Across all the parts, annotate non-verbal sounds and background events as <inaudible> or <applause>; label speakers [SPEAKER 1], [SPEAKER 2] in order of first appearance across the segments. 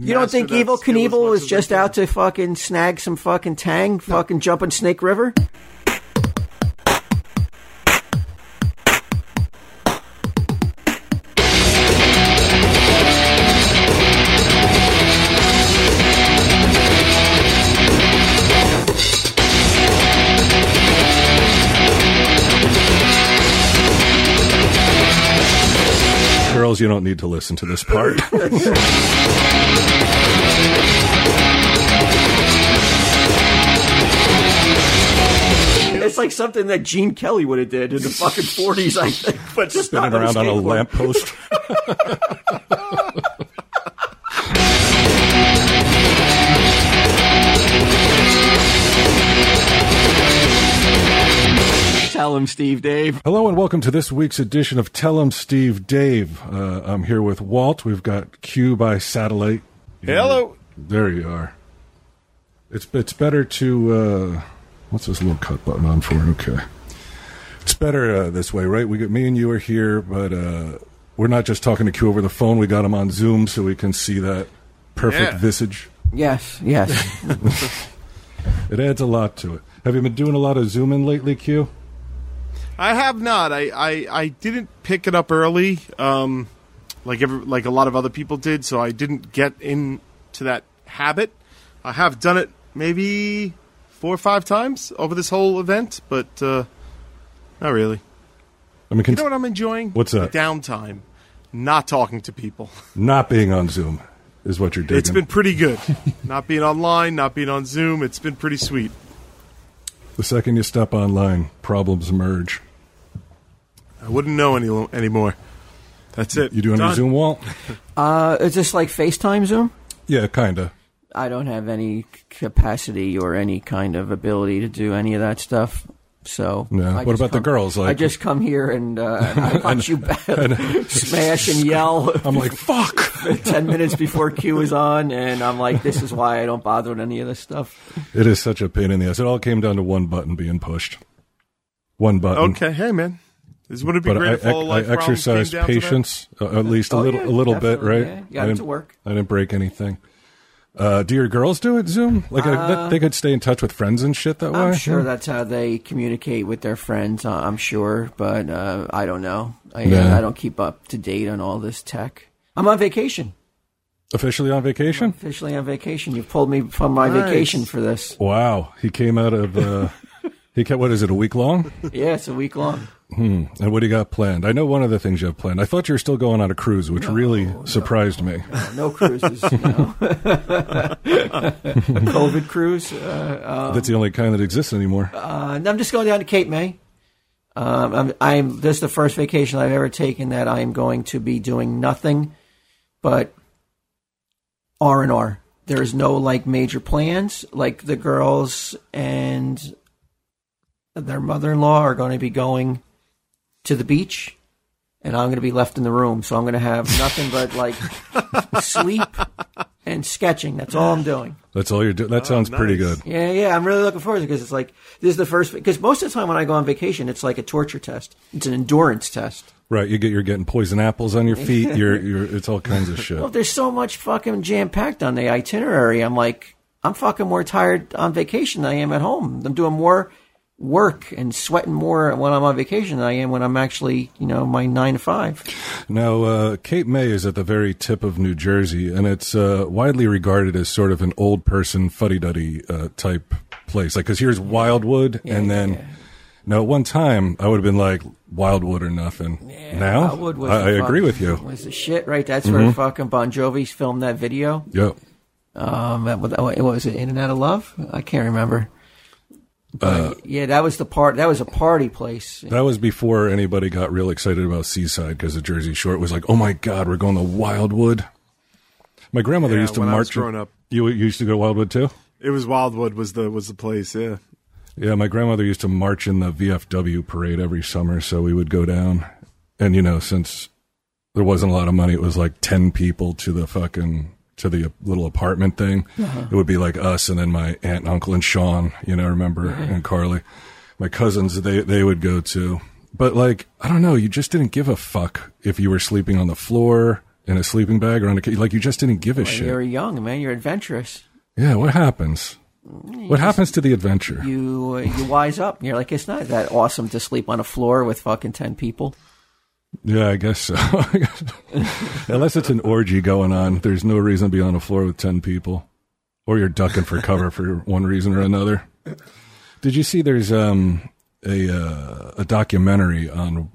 [SPEAKER 1] You don't think
[SPEAKER 2] master that
[SPEAKER 1] Evil
[SPEAKER 2] skill as
[SPEAKER 1] Knievel
[SPEAKER 2] much
[SPEAKER 1] is
[SPEAKER 2] as
[SPEAKER 1] just
[SPEAKER 2] I can.
[SPEAKER 1] out to fucking snag some fucking tang, fucking jump on Snake River?
[SPEAKER 3] Girls, you don't need to listen to this part.
[SPEAKER 1] It's like something that Gene Kelly would have did in the fucking forties, I think. But just
[SPEAKER 3] Spinning
[SPEAKER 1] not
[SPEAKER 3] around on a
[SPEAKER 1] skateboard.
[SPEAKER 3] lamppost.
[SPEAKER 1] Tell him, Steve, Dave.
[SPEAKER 3] Hello and welcome to this week's edition of Tell 'em Steve Dave. Uh, I'm here with Walt. We've got Q by satellite.
[SPEAKER 4] Hello.
[SPEAKER 3] There you are. It's it's better to uh, what's this little cut button on for? Okay, it's better uh, this way, right? We got me and you are here, but uh, we're not just talking to Q over the phone. We got him on Zoom so we can see that perfect
[SPEAKER 4] Yeah.
[SPEAKER 3] visage.
[SPEAKER 1] Yes, <laughs> yes.
[SPEAKER 3] It adds a lot to it. Have you been doing a lot of Zoom in lately, Q?
[SPEAKER 4] I have not. I, I, I didn't pick it up early, um, like every, like a lot of other people did. So I didn't get into that habit. I have done it maybe four or five times over this whole event, but uh, not really.
[SPEAKER 3] I mean,
[SPEAKER 4] You
[SPEAKER 3] cont-
[SPEAKER 4] know what I'm enjoying?
[SPEAKER 3] What's that?
[SPEAKER 4] The downtime, not talking to people.
[SPEAKER 3] not being on Zoom is what you're digging.
[SPEAKER 4] It's been
[SPEAKER 3] <laughs>
[SPEAKER 4] pretty good. not being online, not being on Zoom. It's been pretty sweet.
[SPEAKER 3] The second you step online, problems emerge.
[SPEAKER 4] I wouldn't know any anymore. That's it.
[SPEAKER 3] You doing
[SPEAKER 4] Done.
[SPEAKER 3] a Zoom wall?
[SPEAKER 1] Uh, is this like FaceTime Zoom?
[SPEAKER 3] Yeah, kinda.
[SPEAKER 1] I don't have any capacity or any kind of ability to do any of that stuff. So
[SPEAKER 3] No.
[SPEAKER 1] I
[SPEAKER 3] What
[SPEAKER 1] just
[SPEAKER 3] about the
[SPEAKER 1] come-
[SPEAKER 3] girls? Like-
[SPEAKER 1] I just come here and uh, I punch you back, <laughs> smash and yell <laughs>
[SPEAKER 3] I'm like, fuck.
[SPEAKER 1] ten minutes before Q is on, and I'm like, this is why I don't bother with any of this stuff.
[SPEAKER 3] It is such a pain in the ass. It all came down to one button being pushed. One button.
[SPEAKER 4] Okay, hey man, this would it be
[SPEAKER 3] Mm. But
[SPEAKER 4] great
[SPEAKER 3] I,
[SPEAKER 4] if all
[SPEAKER 3] I, I
[SPEAKER 4] life problems came
[SPEAKER 3] exercised
[SPEAKER 4] down to that?
[SPEAKER 3] patience, uh, at least a little,
[SPEAKER 1] Oh, yeah,
[SPEAKER 3] a little bit,
[SPEAKER 1] definitely,
[SPEAKER 3] right?
[SPEAKER 1] yeah. You got
[SPEAKER 3] I
[SPEAKER 1] it
[SPEAKER 3] didn't-
[SPEAKER 1] to work.
[SPEAKER 3] I didn't break anything. Uh, do your girls do it Zoom? Like I- that- they could stay in touch with friends and shit that way.
[SPEAKER 1] Uh,
[SPEAKER 3] Hmm.
[SPEAKER 1] I'm sure that's how they communicate with their friends. uh, I'm sure, but uh, I don't know. I,
[SPEAKER 3] Yeah.
[SPEAKER 1] I don't keep up to date on all this tech. I'm on vacation,
[SPEAKER 3] Officially on vacation.
[SPEAKER 1] officially on vacation. You've pulled me from my
[SPEAKER 4] Nice.
[SPEAKER 1] vacation for this.
[SPEAKER 3] Wow, he came out of. Uh, he kept what is it a week long?
[SPEAKER 1] Yeah, it's a week long.
[SPEAKER 3] And what do you got planned? I know one of the things you have planned. I thought you were still going on a cruise, which really surprised me.
[SPEAKER 1] No cruises. you know. <laughs> a COVID cruise. Uh,
[SPEAKER 3] That's the only kind that exists anymore.
[SPEAKER 1] uh, no, I'm just going down to Cape May. Um, I'm, I'm this is the first vacation I've ever taken that I am going to be doing nothing but R and R. There's no like major plans. Like the girls and their mother-in-law are going to be going to the beach, and I'm going to be left in the room. So I'm going to have nothing but like <laughs> sleep and sketching. That's all I'm doing.
[SPEAKER 3] That's all you're doing. That sounds pretty good.
[SPEAKER 1] Yeah, yeah, I'm really looking forward to it because it's like this is the first because most of the time when I go on vacation, it's like a torture test. It's an endurance test.
[SPEAKER 3] Right, you get you're getting poison apples on your feet. You're you're it's all kinds of shit.
[SPEAKER 1] Well, Oh, there's so much fucking jam packed on the itinerary. I'm like, I'm fucking more tired on vacation than I am at home. I'm doing more work and sweating more when I'm on vacation than I am when I'm actually, you know, my nine to five.
[SPEAKER 3] Now, uh, Cape May is at the very tip of New Jersey, and it's uh, widely regarded as sort of an old person fuddy-duddy uh, type place. Like, because here's Wildwood, and then now at one time I would have been like Wildwood or nothing. now
[SPEAKER 1] Wildwood was
[SPEAKER 3] I, I
[SPEAKER 1] the
[SPEAKER 3] agree
[SPEAKER 1] fucking-
[SPEAKER 3] with you. Mm-hmm.
[SPEAKER 1] Was the shit right? That's where fucking Bon Jovi filmed that video.
[SPEAKER 3] Yep.
[SPEAKER 1] Um, that- what was it? In and Out of Love? I can't remember.
[SPEAKER 3] Uh,
[SPEAKER 1] But, yeah, that was the part. That was a party place.
[SPEAKER 3] That was before anybody got real excited about Seaside because the Jersey Shore was like, oh my God, we're going to Wildwood. My grandmother
[SPEAKER 4] Yeah,
[SPEAKER 3] used to
[SPEAKER 4] when I was
[SPEAKER 3] march.
[SPEAKER 4] growing up.
[SPEAKER 3] You, you used to go to Wildwood too?
[SPEAKER 4] It was Wildwood was the was the place. Yeah,
[SPEAKER 3] Yeah, my grandmother used to march in the VFW parade every summer, so we would go down. And, you know, since there wasn't a lot of money, it was like 10 people to the fucking. To the little apartment thing, it would be like us and then my aunt and uncle and Sean, you know, remember and Carly, my cousins. They they would go to, but like I don't know, you just didn't give a fuck if you were sleeping on the floor, in a sleeping bag or on a ca- like you just didn't give a shit.
[SPEAKER 1] You're young, man. You're adventurous.
[SPEAKER 3] Yeah, what happens? What happens to the adventure?
[SPEAKER 1] You uh, you wise up. You're like, it's not that awesome to sleep on a floor with fucking ten people.
[SPEAKER 3] yeah, I guess so. <laughs> Unless it's an orgy going on, there's no reason to be on a floor with 10 people or you're ducking for cover for one reason or another. Did you see there's um, a uh, a documentary on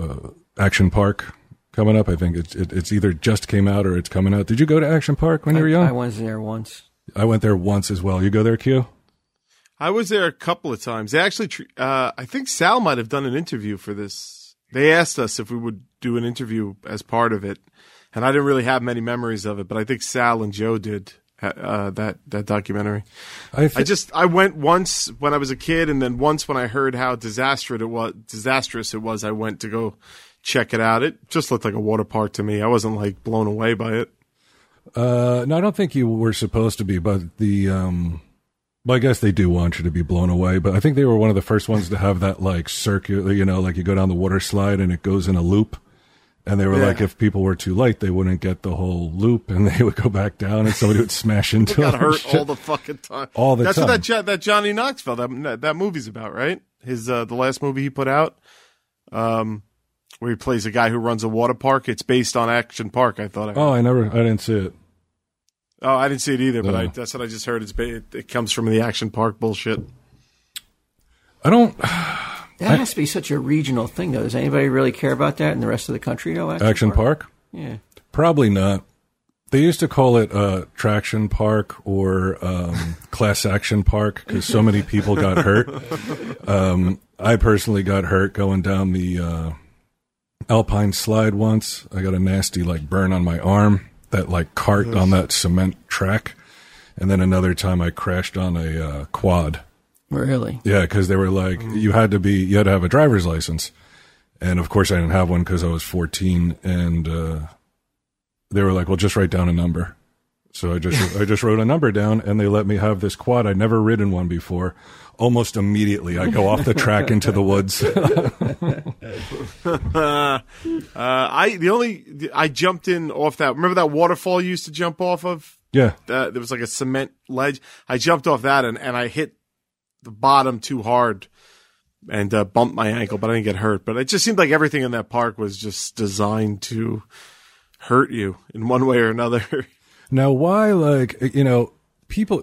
[SPEAKER 3] uh, Action Park coming up? I think it's it, it's either just came out or it's coming out. Did you go to Action Park when you were young?
[SPEAKER 1] I was there once.
[SPEAKER 3] I went there once as well. You go there, Q?
[SPEAKER 4] I was there a couple of times. They actually, tr- uh, I think Sal might have done an interview for this. They asked us if we would do an interview as part of it, and I didn't really have many memories of it, but I think Sal and Joe did uh, uh, that that documentary.
[SPEAKER 3] I, thi-
[SPEAKER 4] I just I went once when I was a kid, and then once when I heard how disastrous it was. Disastrous it was. I went to go check it out. It just looked like a water park to me. I wasn't like blown away by it.
[SPEAKER 3] Uh, no, I don't think you were supposed to be, but the um, well, I guess they do want you to be blown away. But I think they were one of the first ones to have that like circular, you know, like you go down the water slide and it goes in a loop. And they were
[SPEAKER 4] Yeah.
[SPEAKER 3] like, if people were too light, they wouldn't get the whole loop, and <laughs> they would go back down, and somebody would smash into
[SPEAKER 4] Got
[SPEAKER 3] them. <laughs>
[SPEAKER 4] hurt all the fucking time.
[SPEAKER 3] All the
[SPEAKER 4] That's
[SPEAKER 3] time.
[SPEAKER 4] what that Jo- that Johnny Knoxville that that- that movie's about, right? His uh, the last movie he put out, um, where he plays a guy who runs a water park. It's based on Action Park. I thought. I
[SPEAKER 3] Oh, I never, I didn't see it.
[SPEAKER 4] Oh, I didn't see it either, but I,
[SPEAKER 3] No.
[SPEAKER 4] that's what I just heard. It's ba- it, it comes from the Action Park bullshit.
[SPEAKER 3] I don't.
[SPEAKER 1] That has to be such a regional thing, though. Does anybody really care about that in the rest of the country, though? Action,
[SPEAKER 3] Action Park?
[SPEAKER 1] Yeah.
[SPEAKER 3] Probably not. They used to call it uh, Traction Park or um, <laughs> Class Action Park because so many people got hurt. Um, I personally got hurt going down the uh, Alpine slide once. I got a nasty like burn on my arm. That like cart on that cement track, and then another time I crashed on a uh, quad.
[SPEAKER 1] Really?
[SPEAKER 3] Yeah, because they were like, you had to be, you had to have a driver's license, and of course I didn't have one because I was fourteen, and uh, they were like, well, just write down a number. So I just, I just wrote a number down, and they let me have this quad. I'd never ridden one before. Almost immediately, I go off the track into the woods. <laughs>
[SPEAKER 4] Uh, I the only I jumped in off that. Remember that waterfall you used to jump off of?
[SPEAKER 3] yeah,
[SPEAKER 4] That, there was like a cement ledge. I jumped off that and, and I hit the bottom too hard and uh, bumped my ankle, but I didn't get hurt. But it just seemed like everything in that park was just designed to hurt you in one way or another. <laughs>
[SPEAKER 3] Now, why, like, you know, people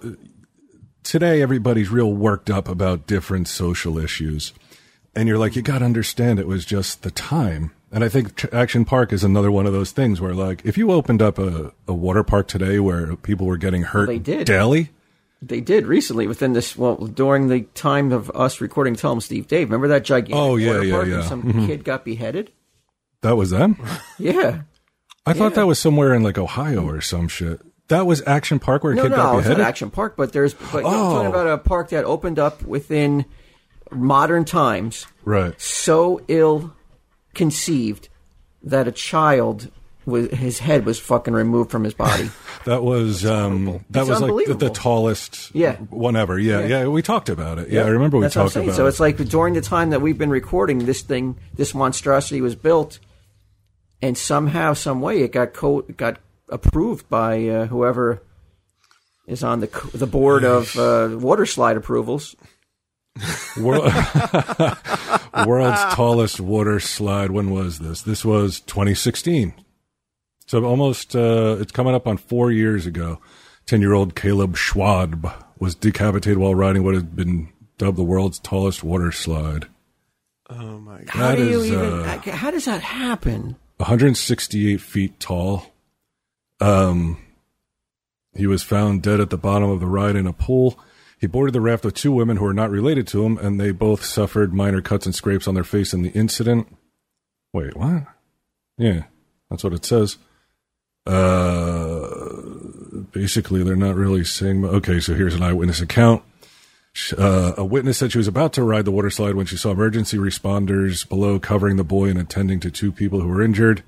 [SPEAKER 3] today, everybody's real worked up about different social issues. And you're like, you got to understand it was just the time. And I think Tr- Action Park is another one of those things where, like, if you opened up a, a water park today where people were getting hurt
[SPEAKER 1] They did.
[SPEAKER 3] daily,
[SPEAKER 1] They did recently within this, well, during the time of us recording Tell 'em Steve Dave. Remember that gigantic
[SPEAKER 3] Oh, yeah,
[SPEAKER 1] water
[SPEAKER 3] yeah,
[SPEAKER 1] park and
[SPEAKER 3] yeah. Mm-hmm.
[SPEAKER 1] some kid got beheaded?
[SPEAKER 3] that was them.
[SPEAKER 1] Yeah.
[SPEAKER 3] I thought that was somewhere in, like, Ohio or some shit. That was Action Park where a
[SPEAKER 1] No,
[SPEAKER 3] kid
[SPEAKER 1] no,
[SPEAKER 3] got
[SPEAKER 1] it's not
[SPEAKER 3] beheaded?
[SPEAKER 1] Action Park, but there's, but you're
[SPEAKER 3] Oh.
[SPEAKER 1] talking about a park that opened up within modern times.
[SPEAKER 3] right.
[SPEAKER 1] so ill conceived that a child was, his head was fucking removed from his body.
[SPEAKER 3] That was um, that
[SPEAKER 1] It's
[SPEAKER 3] was like the, the
[SPEAKER 1] unbelievable.
[SPEAKER 3] tallest
[SPEAKER 1] Yeah.
[SPEAKER 3] one ever. Yeah, yeah, We talked about it. Yeah, I <laughs> remember we
[SPEAKER 1] That's what I'm
[SPEAKER 3] talked
[SPEAKER 1] saying.
[SPEAKER 3] about
[SPEAKER 1] So
[SPEAKER 3] it.
[SPEAKER 1] it's like during the time that we've been recording, this thing, this monstrosity was built, and somehow, some way, it got co- got approved by uh, whoever is on the c- the board of uh, water slide approvals.
[SPEAKER 3] World, <laughs>
[SPEAKER 1] <laughs>
[SPEAKER 3] world's tallest water slide. When was this? This was 2016. So almost, uh, it's coming up on four years ago. 10 year old Caleb Schwab was decapitated while riding what had been dubbed the world's tallest water slide.
[SPEAKER 4] Oh my god!
[SPEAKER 1] How
[SPEAKER 3] That
[SPEAKER 1] do you
[SPEAKER 3] is,
[SPEAKER 1] even?
[SPEAKER 3] uh,
[SPEAKER 1] how does that happen?
[SPEAKER 3] 168 feet tall. Um, he was found dead at the bottom of the ride in a pool. He boarded the raft with two women who were not related to him, and they both suffered minor cuts and scrapes on their face in the incident. Wait, what? Yeah, that's what it says. Uh, basically, they're not really saying. mu- Okay, so here's an eyewitness account. Sh- Uh, a witness said she was about to ride the water slide when she saw emergency responders below covering the boy and attending to two people who were injured.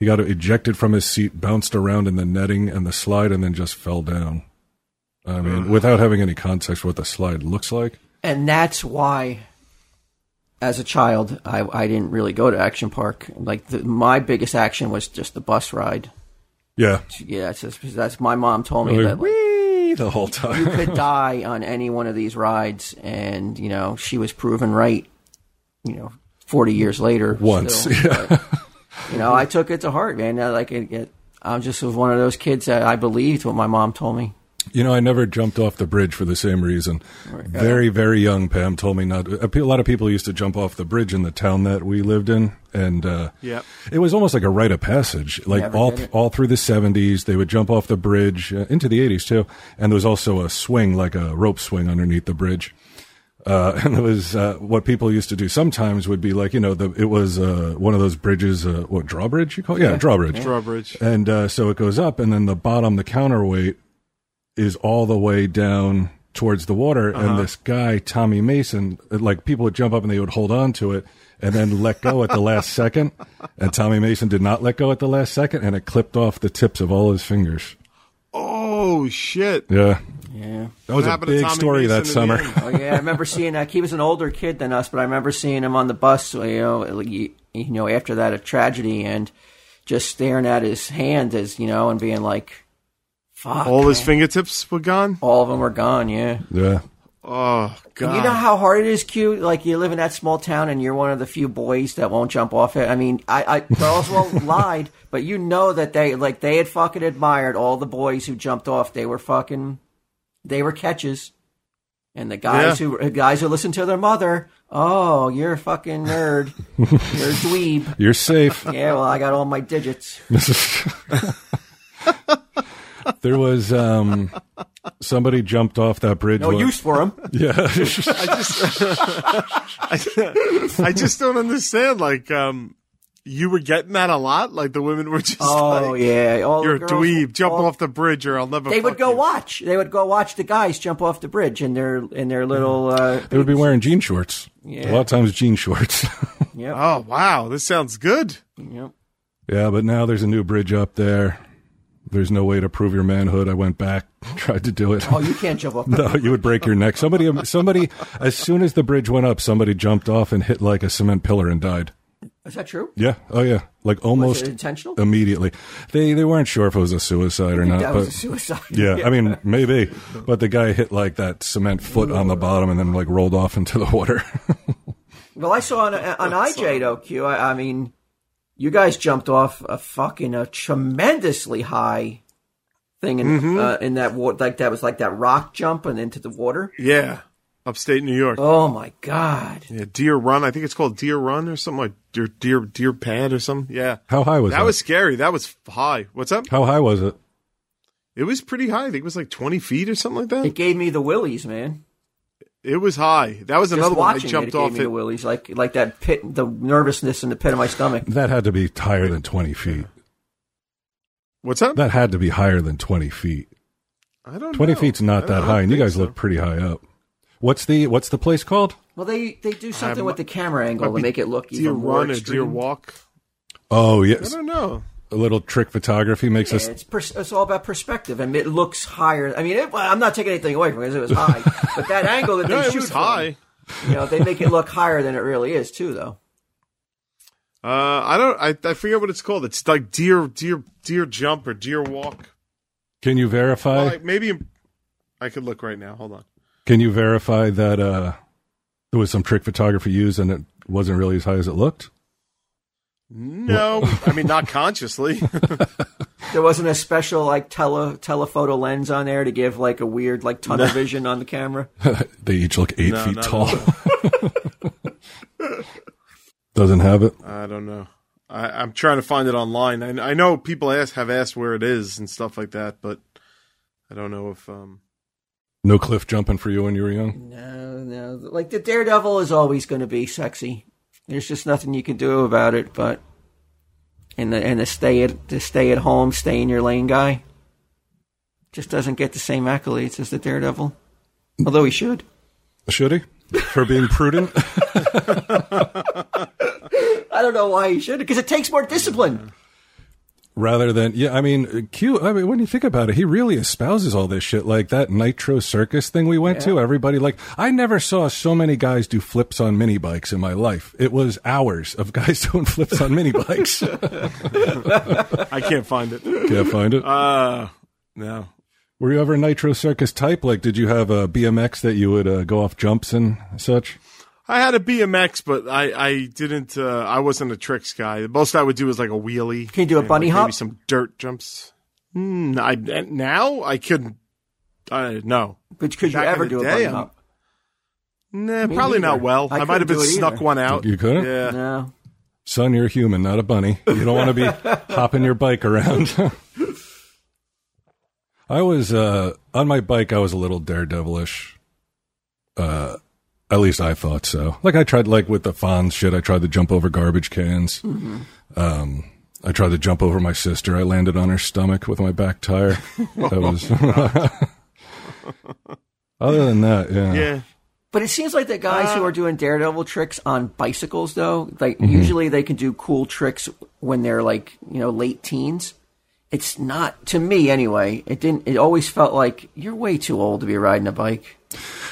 [SPEAKER 3] He got ejected from his seat, bounced around in the netting and the slide, and then just fell down. I mean, without having any context for what the slide looks like.
[SPEAKER 1] And that's why as a child, I, I didn't really go to action park. Like the, my biggest action was just the bus ride.
[SPEAKER 3] Yeah.
[SPEAKER 1] Yeah, it's just, that's my mom told me
[SPEAKER 3] Like,
[SPEAKER 1] that like,
[SPEAKER 3] "Whee!" the whole
[SPEAKER 1] you
[SPEAKER 3] time.
[SPEAKER 1] could die on any one of these rides, and you know she was proven right. You know, forty years later,
[SPEAKER 3] Once, <laughs>
[SPEAKER 1] still. But, you know, I took it to heart, man. Now, Like it, it, I'm just was one of those kids that I believed what my mom told me.
[SPEAKER 3] You know, I never jumped off the bridge for the same reason. Very, very young, Pam told me not. A pe- a lot of people used to jump off the bridge in the town that we lived in, and uh,
[SPEAKER 4] Yep.
[SPEAKER 3] it was almost like a rite of passage. Like
[SPEAKER 1] Never
[SPEAKER 3] all
[SPEAKER 1] did it.
[SPEAKER 3] all through the seventies, they would jump off the bridge uh, into the eighties too, and there was also a swing, like a rope swing, underneath the bridge. Uh, <laughs> and it was uh, what people used to do. Sometimes would be like you know, the, it was uh, one of those bridges, uh, what drawbridge you call? It? Yeah, drawbridge.
[SPEAKER 4] Drawbridge.
[SPEAKER 3] And uh, so it goes up, and then the bottom, the counterweight, is all the way down towards the water.
[SPEAKER 4] Uh-huh.
[SPEAKER 3] And this guy, Tommy Mason, like people would jump up and they would hold on to it and then let go at the last second. And Tommy Mason did not let go at the last second, and it clipped off the tips of all his fingers.
[SPEAKER 4] Oh shit!
[SPEAKER 3] Yeah.
[SPEAKER 1] Yeah.
[SPEAKER 3] That was a
[SPEAKER 4] happened to
[SPEAKER 3] big
[SPEAKER 4] Tommy
[SPEAKER 3] story
[SPEAKER 4] Mason
[SPEAKER 3] that
[SPEAKER 4] in the
[SPEAKER 3] summer.
[SPEAKER 4] end?
[SPEAKER 1] Oh yeah, I remember seeing that. He was an older kid than us, but I remember seeing him on the bus. You know, like, you, you know, after that a tragedy, and just staring at his hand as you know, and being like, "Fuck."
[SPEAKER 4] All his fingertips were gone.
[SPEAKER 1] all of them are gone. Yeah.
[SPEAKER 3] Yeah.
[SPEAKER 4] Oh
[SPEAKER 1] And
[SPEAKER 4] god!
[SPEAKER 1] You know how hard it is, Q. Like you live in that small town, and you're one of the few boys that won't jump off it. I mean, I, I girls
[SPEAKER 4] <laughs>
[SPEAKER 1] well lied, but you know that they like they had fucking admired all the boys who jumped off. They were fucking, they were catches, and the guys
[SPEAKER 4] Yeah.
[SPEAKER 1] who guys who listened to their mother. Oh, you're a fucking
[SPEAKER 4] <laughs>
[SPEAKER 1] nerd. you're a dweeb.
[SPEAKER 3] You're safe.
[SPEAKER 1] Yeah, well, I got all my digits.
[SPEAKER 3] <laughs> there was um, somebody jumped off that bridge.
[SPEAKER 1] No
[SPEAKER 3] once-
[SPEAKER 1] use for them. <laughs>
[SPEAKER 3] Yeah.
[SPEAKER 4] <laughs> I just don't understand. Like, um, you were getting that a lot. Like the women were just <laughs>
[SPEAKER 1] Oh
[SPEAKER 4] like,
[SPEAKER 1] yeah, all the
[SPEAKER 4] "You're a
[SPEAKER 1] girls-
[SPEAKER 4] dweeb. Jump
[SPEAKER 1] all-
[SPEAKER 4] off the bridge, or I'll never."
[SPEAKER 1] They would
[SPEAKER 4] fuck
[SPEAKER 1] go
[SPEAKER 4] you."
[SPEAKER 1] watch. They would go watch the guys jump off the bridge in their in their little.
[SPEAKER 4] Mm-hmm.
[SPEAKER 1] Uh,
[SPEAKER 3] <laughs> They would be wearing jean shorts.
[SPEAKER 1] Yeah.
[SPEAKER 3] A lot of times, jean shorts. <laughs>
[SPEAKER 1] yep,
[SPEAKER 4] Oh wow, this sounds good.
[SPEAKER 1] yep.
[SPEAKER 3] yeah, but now there's a new bridge up there. There's no way to prove your manhood. I went back, <laughs> tried to do it. <laughs>
[SPEAKER 1] Oh, you can't jump off.
[SPEAKER 4] <laughs>
[SPEAKER 1] the
[SPEAKER 3] No, you would break your neck. Somebody, somebody, as soon as the bridge went up, somebody jumped off and hit like a cement pillar and died.
[SPEAKER 1] Is that true?
[SPEAKER 3] Yeah. Oh, yeah. Like
[SPEAKER 1] Was
[SPEAKER 3] almost
[SPEAKER 1] it intentional?
[SPEAKER 3] immediately. They they weren't sure if it was a suicide or not.
[SPEAKER 1] that
[SPEAKER 3] but
[SPEAKER 1] was a suicide. <laughs>
[SPEAKER 3] Yeah, I mean, maybe. But the guy hit like that cement foot on the bottom and then like rolled off into the water. <laughs>
[SPEAKER 1] Well, I saw on on IJ though, Q. I, I mean, you guys jumped off a fucking a tremendously high thing in
[SPEAKER 4] Mm-hmm.
[SPEAKER 1] uh, in that water. Like that was like that rock jump and into the water.
[SPEAKER 4] Yeah, upstate New York.
[SPEAKER 1] Oh my god!
[SPEAKER 4] Yeah, Deer Run. I think it's called Deer Run or something like Deer Deer Deer Pad or something. Yeah,
[SPEAKER 3] How high was
[SPEAKER 4] that was scary. That was high. What's up?
[SPEAKER 3] How high was it?
[SPEAKER 4] It was pretty high. I think it was like twenty feet or something like
[SPEAKER 1] It
[SPEAKER 4] that.
[SPEAKER 1] gave me the willies, man.
[SPEAKER 4] It was high. That was
[SPEAKER 1] Just
[SPEAKER 4] another one. I
[SPEAKER 1] watching
[SPEAKER 4] jumped
[SPEAKER 1] it, it gave
[SPEAKER 4] off
[SPEAKER 1] me
[SPEAKER 4] it.
[SPEAKER 1] the willies, like like that pit, the nervousness in the pit of my stomach.
[SPEAKER 3] That had to be higher than 20 feet.
[SPEAKER 4] What's up?
[SPEAKER 3] That had to be higher than 20 feet.
[SPEAKER 4] I don't.
[SPEAKER 3] 20
[SPEAKER 4] know.
[SPEAKER 3] feet's
[SPEAKER 4] Oh, I
[SPEAKER 3] not that
[SPEAKER 4] don't
[SPEAKER 3] high, and you
[SPEAKER 4] think
[SPEAKER 3] guys
[SPEAKER 4] so.
[SPEAKER 3] live pretty high up. What's the what's the place called?
[SPEAKER 1] Well, they they do something
[SPEAKER 4] I'm-
[SPEAKER 1] with the camera angle to
[SPEAKER 4] Might be
[SPEAKER 1] make it look
[SPEAKER 4] Deer
[SPEAKER 1] even more
[SPEAKER 4] Run or Deer
[SPEAKER 1] extreme.
[SPEAKER 4] Walk.
[SPEAKER 3] Oh
[SPEAKER 4] I
[SPEAKER 3] yes,
[SPEAKER 4] don't know.
[SPEAKER 3] a little trick photography makes
[SPEAKER 1] Yeah,
[SPEAKER 3] us.
[SPEAKER 1] it's pers- it's all about perspective, and it looks higher. I mean, it, well, I'm not taking anything away from it because it was
[SPEAKER 4] <laughs>
[SPEAKER 1] high, but that angle that they
[SPEAKER 4] No, it
[SPEAKER 1] shoot
[SPEAKER 4] was
[SPEAKER 1] from,
[SPEAKER 4] high.
[SPEAKER 1] you know, they make it look higher than it really is too, though.
[SPEAKER 4] Uh, I don't. I I forget what it's called. It's like Deer Deer Deer Jump or Deer Walk.
[SPEAKER 3] Can you verify?
[SPEAKER 4] Well, I- maybe I could look right now. Hold on.
[SPEAKER 3] Can you verify that uh, there was some trick photography used and it wasn't really as high as it looked?
[SPEAKER 4] No, I mean not <laughs> consciously.
[SPEAKER 1] There wasn't a special like tele telephoto lens on there to give like a weird like tunnel vision on the camera.
[SPEAKER 3] they each look eight
[SPEAKER 4] No,
[SPEAKER 3] feet
[SPEAKER 4] not at
[SPEAKER 3] tall. <laughs> Doesn't have it.
[SPEAKER 4] I don't know. I, I'm trying to find it online. I, I know people ask have asked where it is and stuff like that, but I don't know if um.
[SPEAKER 3] No cliff jumping for you when you were young.
[SPEAKER 1] No, no, like the Daredevil is always going to be sexy. There's just nothing you can do about it, but and the and the stay at the stay at home, stay in your lane guy just doesn't get the same accolades as the Daredevil, although he should.
[SPEAKER 3] Should he? For being prudent?
[SPEAKER 1] I don't know why he should, because it takes more discipline.
[SPEAKER 3] rather than yeah i mean q i mean when you think about it he really espouses all this shit like that nitro circus thing we went to everybody like i never saw so many guys do flips on mini bikes in my life it was hours of <laughs> guys doing flips on mini bikes
[SPEAKER 4] I can't find <laughs> it.
[SPEAKER 3] can't find it
[SPEAKER 4] Uh, no.
[SPEAKER 3] were you ever a nitro circus type like did you have a bmx that you would uh, go off jumps and such
[SPEAKER 4] I had a BMX, but I, I didn't. Uh, I wasn't a tricks guy. The most I would do was like a wheelie.
[SPEAKER 1] Can you do a
[SPEAKER 4] and,
[SPEAKER 1] bunny
[SPEAKER 4] like,
[SPEAKER 1] hop?
[SPEAKER 4] Maybe some dirt jumps. Mm, I and now I couldn't. I no.
[SPEAKER 1] Which could
[SPEAKER 4] Back
[SPEAKER 1] you
[SPEAKER 4] in
[SPEAKER 1] ever
[SPEAKER 4] the
[SPEAKER 1] do a
[SPEAKER 4] day,
[SPEAKER 1] bunny
[SPEAKER 4] I'm-
[SPEAKER 1] hop?
[SPEAKER 4] Nah, probably not
[SPEAKER 1] neither.
[SPEAKER 4] well.
[SPEAKER 1] I
[SPEAKER 4] I,
[SPEAKER 1] couldn't
[SPEAKER 4] might have been
[SPEAKER 1] do it
[SPEAKER 4] snuck
[SPEAKER 1] either.
[SPEAKER 4] one out.
[SPEAKER 3] you couldn't
[SPEAKER 4] Yeah.
[SPEAKER 1] No.
[SPEAKER 3] son you're a human not a bunny you don't want to be hopping your bike around <laughs> i was uh on my bike i was a little daredevilish uh at least i thought so like i tried like with the fons shit i tried to jump over garbage cans um i tried to jump over my sister i landed on her stomach with my back tire that was <laughs> other than that yeah
[SPEAKER 4] Yeah.
[SPEAKER 1] But it seems like the guys who are doing daredevil tricks on bicycles, though, like
[SPEAKER 4] Mm-hmm.
[SPEAKER 1] usually they can do cool tricks when they're like you know late teens. It's not to me anyway. It didn't. It always felt like you're way too old to be riding a bike.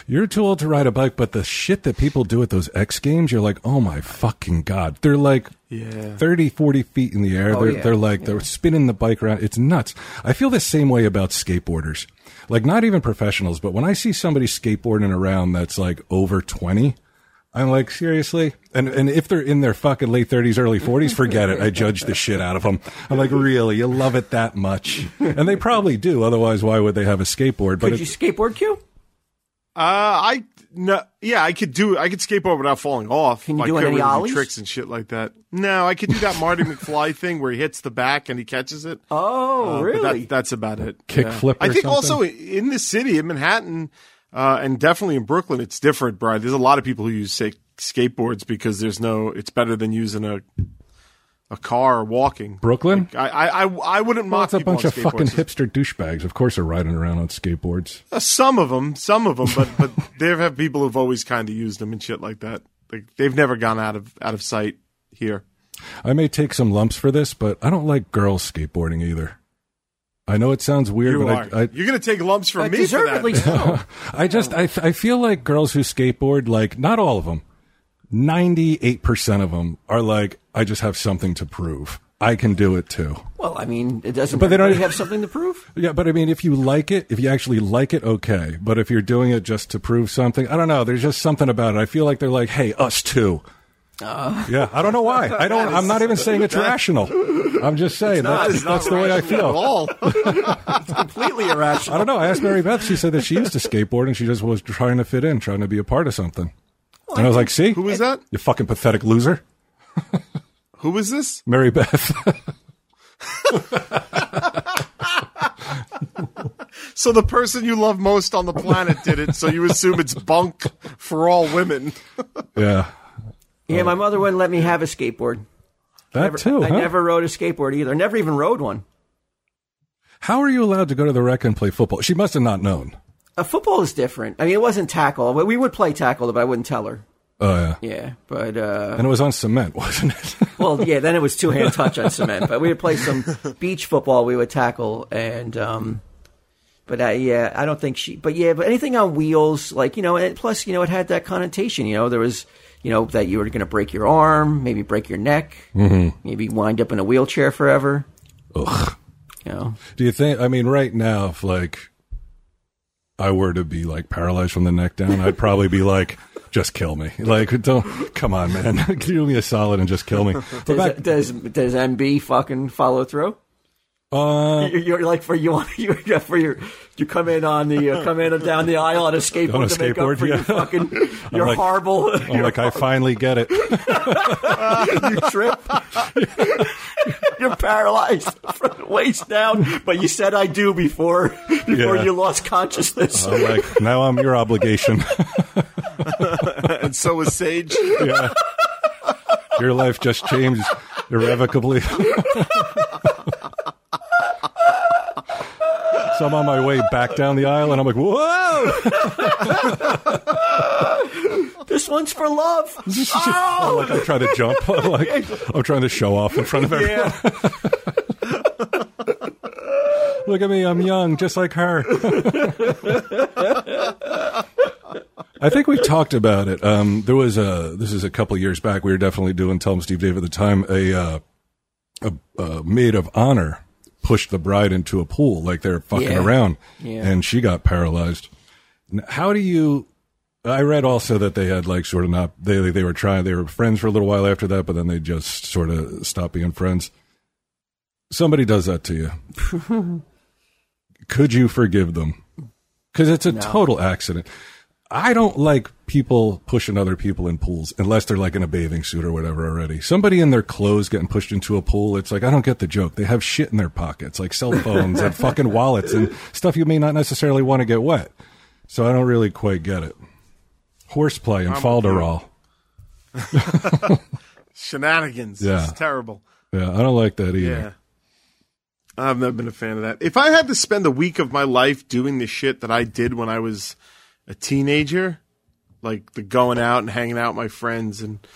[SPEAKER 3] You're too old to ride a bike, but the shit that people do at those X games, you're like, oh my fucking God. They're like
[SPEAKER 4] Yeah.
[SPEAKER 3] 30, 40 feet in the air. they're,
[SPEAKER 1] Oh, yeah.
[SPEAKER 3] they're like, they're spinning the bike around. It's nuts. I feel the same way about skateboarders. Like, not even professionals, but when I see somebody skateboarding around that's like over 20, I'm like, seriously? And, and if they're in their fucking late 30s, early 40s, forget it. I judge the shit out of them. I'm like, really? You love it that much? And they probably do. Otherwise, why would they have a skateboard? But
[SPEAKER 1] Could
[SPEAKER 3] it-
[SPEAKER 1] you skateboard, Q?
[SPEAKER 4] Uh, I no. Yeah, I could do. I could skateboard without falling off.
[SPEAKER 1] Can you
[SPEAKER 4] I
[SPEAKER 1] do
[SPEAKER 4] could
[SPEAKER 1] any
[SPEAKER 4] really
[SPEAKER 1] ollies?
[SPEAKER 4] tricks and shit like that. No, I could do
[SPEAKER 1] <laughs>
[SPEAKER 4] that Marty McFly thing where he hits the back and he catches it.
[SPEAKER 1] Oh,
[SPEAKER 4] Uh, But
[SPEAKER 1] really?
[SPEAKER 4] That, that's about it.
[SPEAKER 3] Kick flip
[SPEAKER 4] I
[SPEAKER 3] or
[SPEAKER 4] think
[SPEAKER 3] something?
[SPEAKER 4] also in the city, in Manhattan, uh, and definitely in Brooklyn, it's different, Brian. There's a lot of people who use sa- skateboards because there's no. It's better than using a a car or walking.
[SPEAKER 3] Brooklyn?
[SPEAKER 4] I I I, I wouldn't
[SPEAKER 3] Well,
[SPEAKER 4] mock
[SPEAKER 3] it's a
[SPEAKER 4] people
[SPEAKER 3] bunch
[SPEAKER 4] on
[SPEAKER 3] of fucking
[SPEAKER 4] skateboards.
[SPEAKER 3] hipster douchebags. Of course, they're riding around on skateboards.
[SPEAKER 4] Uh, Some of them, some of them, but <laughs> but there have people who've always kind of used them and shit like that. Like they've never gone out of out of sight here.
[SPEAKER 3] I may take some lumps for this, but I don't like girls skateboarding either. I know it sounds weird,
[SPEAKER 4] You are.
[SPEAKER 3] but I, I,
[SPEAKER 4] You're gonna take lumps from
[SPEAKER 1] Uh,
[SPEAKER 4] me for that.
[SPEAKER 1] deservedly so.
[SPEAKER 3] I just I, I feel like girls who skateboard, like not all of them, ninety eight percent of them are like, I just have something to prove. I can do it too.
[SPEAKER 1] well, I mean, it doesn't.
[SPEAKER 3] But they don't-
[SPEAKER 1] everybody have something to prove.
[SPEAKER 3] Yeah, but I mean, if you like it, if you actually like it, okay. But if you're doing it just to prove something, I don't know. There's just something about it. I feel like they're like, hey, us too.
[SPEAKER 4] Uh.
[SPEAKER 3] yeah, I don't know why. I don't. I'm not even saying it's rational. I'm just saying that's,
[SPEAKER 4] not
[SPEAKER 3] that's the way I
[SPEAKER 4] rational <laughs> At
[SPEAKER 3] feel.
[SPEAKER 4] <laughs> all.
[SPEAKER 1] <laughs> Completely irrational.
[SPEAKER 3] I don't know. I asked Mary Beth. She said that she used to skateboard and she just was trying to fit in, trying to be a part of something. and I was like, see,
[SPEAKER 4] Who is that?
[SPEAKER 3] you fucking pathetic loser,
[SPEAKER 4] Who is this?
[SPEAKER 3] Mary Beth. <laughs>
[SPEAKER 4] So the person you love most on the planet did it, so you assume it's bunk for all women.
[SPEAKER 3] yeah,
[SPEAKER 1] Yeah, my mother wouldn't let me have a skateboard.
[SPEAKER 3] that too.
[SPEAKER 1] I
[SPEAKER 3] huh?
[SPEAKER 1] never rode a skateboard either. I never even rode one.
[SPEAKER 3] How are you allowed to go to the rec and play football? She must have not known.
[SPEAKER 1] Uh, football is different. I mean, it wasn't tackle. We- We would play tackle, but I wouldn't tell her.
[SPEAKER 3] Oh yeah.
[SPEAKER 1] Yeah, but uh,
[SPEAKER 3] And it was on cement, <laughs> wasn't it?
[SPEAKER 1] well, yeah. Then it was two hand touch on cement. But we would play some beach football. We would tackle and. um but I, yeah, I don't think she. But yeah, but anything on wheels, like you know, and plus you know, it had that connotation. You know, there was you know that you were going to break your arm, maybe break your neck, maybe wind up in a wheelchair forever.
[SPEAKER 3] Mm-hmm. Ugh.
[SPEAKER 1] You know,
[SPEAKER 3] Do you think? I mean, right now, if like I were to be like paralyzed from the neck down, I'd probably be like, just kill me. <laughs> Like, don't come on, man. <laughs> Do me a solid and just kill me. But
[SPEAKER 1] does,
[SPEAKER 3] back,
[SPEAKER 1] does does MB fucking follow through?
[SPEAKER 3] uh,
[SPEAKER 1] You're, you're like for you want <laughs> you for your you come in on the uh, come in down the aisle on a skateboard
[SPEAKER 3] On a
[SPEAKER 1] to make up
[SPEAKER 3] skateboard,
[SPEAKER 1] for
[SPEAKER 3] yeah.
[SPEAKER 1] your
[SPEAKER 3] <laughs>
[SPEAKER 1] fucking your
[SPEAKER 3] like-
[SPEAKER 1] horrible <laughs>
[SPEAKER 3] <laughs> I'm like, I finally get it.
[SPEAKER 1] you trip. <laughs> you're paralyzed <laughs> from the waist down, but you said I do before before
[SPEAKER 3] Yeah. Uh-huh.
[SPEAKER 1] you lost consciousness.
[SPEAKER 3] I'm like, now I'm your obligation. <laughs>
[SPEAKER 4] And so is Sage.
[SPEAKER 3] yeah. Your life just changed irrevocably. <laughs> so I'm on my way back down the aisle, and I'm like, whoa! <laughs>
[SPEAKER 1] this one's for love.
[SPEAKER 3] <laughs> I'm like I'm trying to jump. I'm like I'm trying to show off in front of everyone.
[SPEAKER 1] Yeah.
[SPEAKER 3] Look at me, I'm young, just like her. I think we talked about it. Um, there was a this is a couple years back. We were definitely doing Tell 'em Steve Dave at the time. A, uh, a, a maid of honor pushed the bride into a pool like they're fucking
[SPEAKER 1] Yeah.
[SPEAKER 3] around,
[SPEAKER 1] Yeah.
[SPEAKER 3] and she got paralyzed. N- How do you? I read also that they had like sort of not they they were trying they were friends for a little while after that, but then they just sort of stopped being friends. Somebody does that to you. Could you forgive them? Because it's a total accident. I don't like people pushing other people in pools unless they're like in a bathing suit or whatever already. Somebody in their clothes getting pushed into a pool. It's like, I don't get the joke. They have shit in their pockets, like cell phones and fucking wallets and stuff you may not necessarily want to get wet. So I don't really quite get it. Horseplay and falderall.
[SPEAKER 4] Shenanigans.
[SPEAKER 3] Yeah.
[SPEAKER 4] It's terrible.
[SPEAKER 3] Yeah, I don't like that either.
[SPEAKER 4] Yeah. I've never been a fan of that. If I had to spend a week of my life doing the shit that I did when I was a teenager, like the going out and hanging out with my friends and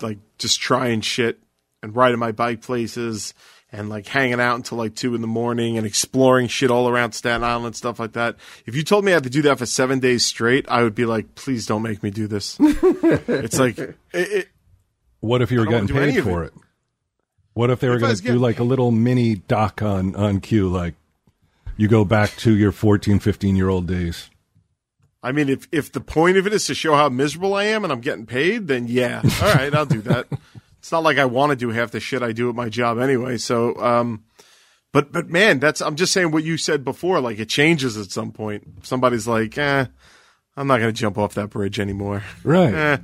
[SPEAKER 4] like just trying shit and riding my bike places and like hanging out until like two in the morning and exploring shit all around Staten Island and stuff like that. If you told me I had to do that for seven days straight, I would be like, please don't make me do this. <laughs> it's like, it, it,
[SPEAKER 3] What if you were
[SPEAKER 4] don't wanna
[SPEAKER 3] getting
[SPEAKER 4] do any
[SPEAKER 3] paid
[SPEAKER 4] of
[SPEAKER 3] for it? What if they were
[SPEAKER 4] I
[SPEAKER 3] going
[SPEAKER 4] was
[SPEAKER 3] to do
[SPEAKER 4] get-
[SPEAKER 3] like a little mini doc on on cue, like you go back to your 14, 15 year old days?
[SPEAKER 4] I mean, if if the point of it is to show how miserable I am and I'm getting paid,
[SPEAKER 3] <laughs>
[SPEAKER 4] then yeah, all right, I'll do that. It's not like I want to do half the shit I do at my job anyway. So, um, but but man, that's I'm just saying what you said before. Like it changes at some point. Somebody's like, eh, I'm not gonna jump off that bridge anymore.
[SPEAKER 3] Right.
[SPEAKER 4] Eh,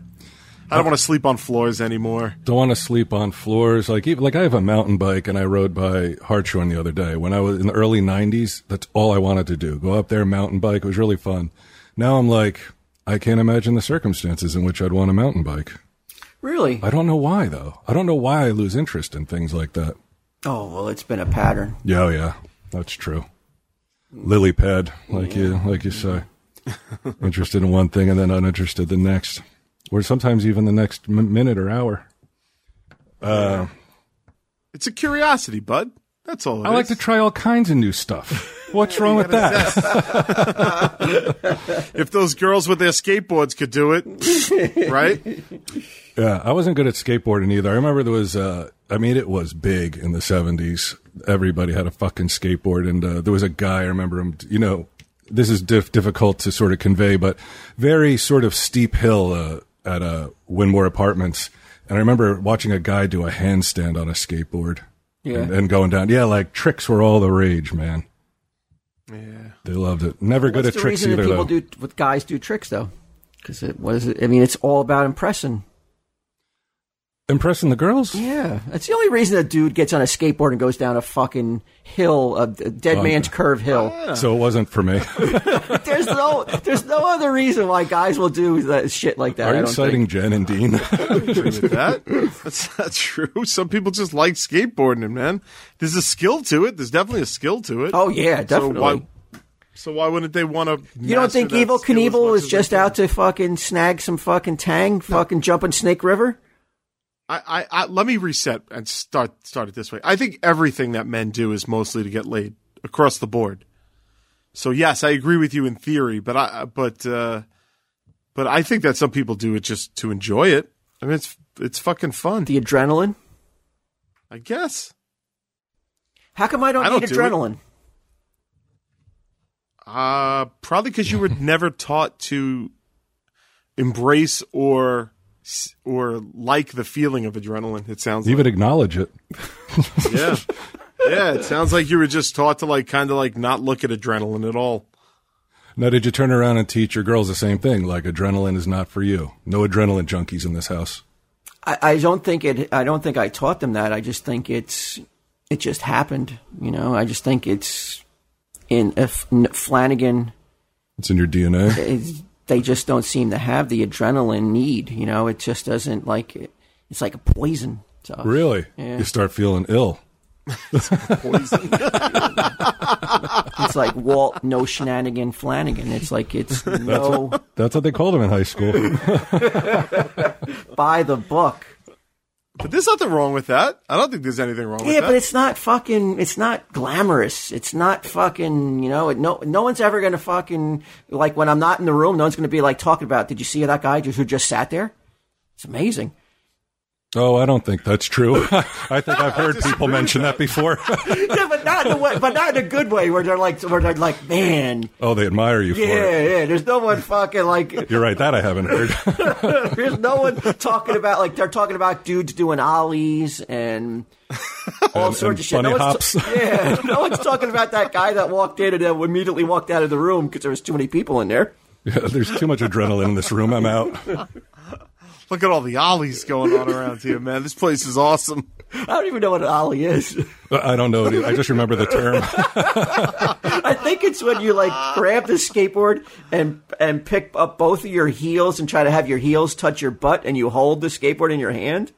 [SPEAKER 4] I don't want to sleep on floors anymore.
[SPEAKER 3] Don't want to sleep on floors. Like even like I have a mountain bike and I rode by Hartshorn the other day. When I was in the early '90s, that's all I wanted to do: go up there, mountain bike. It was really fun. Now I'm like, I can't imagine the circumstances in which I'd want a mountain bike.
[SPEAKER 1] Really?
[SPEAKER 3] I don't know why though. I don't know why I lose interest in things like that.
[SPEAKER 1] Oh well, it's been a pattern.
[SPEAKER 3] Yeah, oh, yeah, that's true. Lily pad, like you, like you say, <laughs> interested in one thing and then uninterested the next, or sometimes even the next m- minute or hour.
[SPEAKER 4] It's a curiosity, bud. That's all. it
[SPEAKER 3] I like
[SPEAKER 4] is.
[SPEAKER 3] to try all kinds of new stuff. What's wrong with that?
[SPEAKER 4] if those girls with their skateboards could do it, <laughs> right?
[SPEAKER 3] Yeah, I wasn't good at skateboarding either. I remember there was, uh, I mean, it was big in the 70s. Everybody had a fucking skateboard. And uh, there was a guy, I remember him, you know, this is diff- difficult to sort of convey, but very sort of steep hill uh, at uh, Winmore Apartments. And I remember watching a guy do a handstand on a skateboard
[SPEAKER 1] Yeah.
[SPEAKER 3] and, and going down. Yeah, like tricks were all the rage, man.
[SPEAKER 4] Yeah.
[SPEAKER 3] They loved it. Never good
[SPEAKER 1] What's
[SPEAKER 3] at
[SPEAKER 1] the
[SPEAKER 3] tricks
[SPEAKER 1] reason
[SPEAKER 3] either,
[SPEAKER 1] that people
[SPEAKER 3] though.
[SPEAKER 1] do with guys do tricks though? Because it was. I mean, it's all about impressing.
[SPEAKER 3] Impressing the girls?
[SPEAKER 1] Yeah, that's the only reason a dude gets on a skateboard and goes down a fucking hill, a, a dead man's curve hill.
[SPEAKER 3] So it wasn't for me.
[SPEAKER 1] <laughs> There's no, there's no other reason why guys will do that shit like that.
[SPEAKER 3] Are
[SPEAKER 1] I
[SPEAKER 3] you
[SPEAKER 1] don't
[SPEAKER 3] citing
[SPEAKER 1] think.
[SPEAKER 3] Jen and Dean? <laughs>
[SPEAKER 4] agree with that. That's not true. Some people just like skateboarding, man. There's a skill to it. There's definitely a skill to it.
[SPEAKER 1] Oh yeah, definitely.
[SPEAKER 4] So why, so why wouldn't they want to?
[SPEAKER 1] you don't think Evil Knievel was just out to fucking snag some fucking tang, fucking jumping Snake River?
[SPEAKER 4] I, I, I, let me reset and start start it this way. I think everything that men do is mostly to get laid across the board. So yes, I agree with you in theory, but I but uh, but I think that some people do it just to enjoy it. I mean, it's it's fucking fun.
[SPEAKER 1] The adrenaline.
[SPEAKER 4] I guess.
[SPEAKER 1] How come I don't,
[SPEAKER 4] I don't
[SPEAKER 1] need
[SPEAKER 4] do it.
[SPEAKER 1] adrenaline?
[SPEAKER 4] Uh, probably because you were never taught to embrace or or like the feeling of adrenaline. It sounds
[SPEAKER 3] Even acknowledge it.
[SPEAKER 4] like yeah, <laughs> yeah. It sounds like you were just taught to like kind of like not look at adrenaline at all.
[SPEAKER 3] Now, did you turn around and teach your girls the same thing? Like, adrenaline is not for you. No adrenaline junkies in this house.
[SPEAKER 1] I, I don't think it. I don't think I taught them that. I just think it's it just happened. You know, I just think it's in if Flanagan.
[SPEAKER 3] It's in
[SPEAKER 1] <laughs>
[SPEAKER 3] your DNA.
[SPEAKER 1] It's, they just don't seem to have the adrenaline need. You know, it just doesn't like it, it's like a poison. To us.
[SPEAKER 3] Really?
[SPEAKER 1] Yeah.
[SPEAKER 3] You start feeling ill.
[SPEAKER 1] It's like Walt, no shenanigan, Flanagan. It's like <laughs> it's no
[SPEAKER 3] That's what they called him in high school.
[SPEAKER 1] by the book.
[SPEAKER 4] But there's nothing wrong with that. I don't think there's anything wrong with
[SPEAKER 1] Yeah,
[SPEAKER 4] that.
[SPEAKER 1] but it's not fucking. It's not glamorous. It's not fucking. You know, it, no, no one's ever gonna fucking like when I'm not in the room. No one's gonna be like talking about. Did you see that guy just, who just sat there? It's amazing.
[SPEAKER 3] Oh, I don't think that's true. I think I've heard people
[SPEAKER 4] disagree
[SPEAKER 3] mention that before.
[SPEAKER 1] <laughs>
[SPEAKER 3] <laughs>
[SPEAKER 1] yeah, but not in the way, but not in a good way where they're like, where they're like, man,
[SPEAKER 3] oh, they admire you for
[SPEAKER 1] yeah,
[SPEAKER 3] it.
[SPEAKER 1] yeah. There's no one fucking like.
[SPEAKER 3] You're right. That I haven't
[SPEAKER 1] <laughs>
[SPEAKER 3] heard. <laughs>
[SPEAKER 1] There's no one talking about like they're talking about dudes doing ollies and all
[SPEAKER 3] And-
[SPEAKER 1] sorts
[SPEAKER 3] and
[SPEAKER 1] of shit. no
[SPEAKER 3] bunny
[SPEAKER 1] one's ta- <laughs> yeah, no one's talking about that guy that walked in and then immediately walked out of the room because there was too many people in there.
[SPEAKER 3] yeah, there's too much adrenaline in this room. I'm out.
[SPEAKER 4] Look at all the ollies going on around here, man. This place is awesome.
[SPEAKER 1] I don't even know what an ollie is. <laughs>
[SPEAKER 3] I don't know. I just remember the term. <laughs>
[SPEAKER 1] I think it's when you like grab the skateboard and and pick up both of your heels and try to have your heels touch your butt and you hold the skateboard in your hand.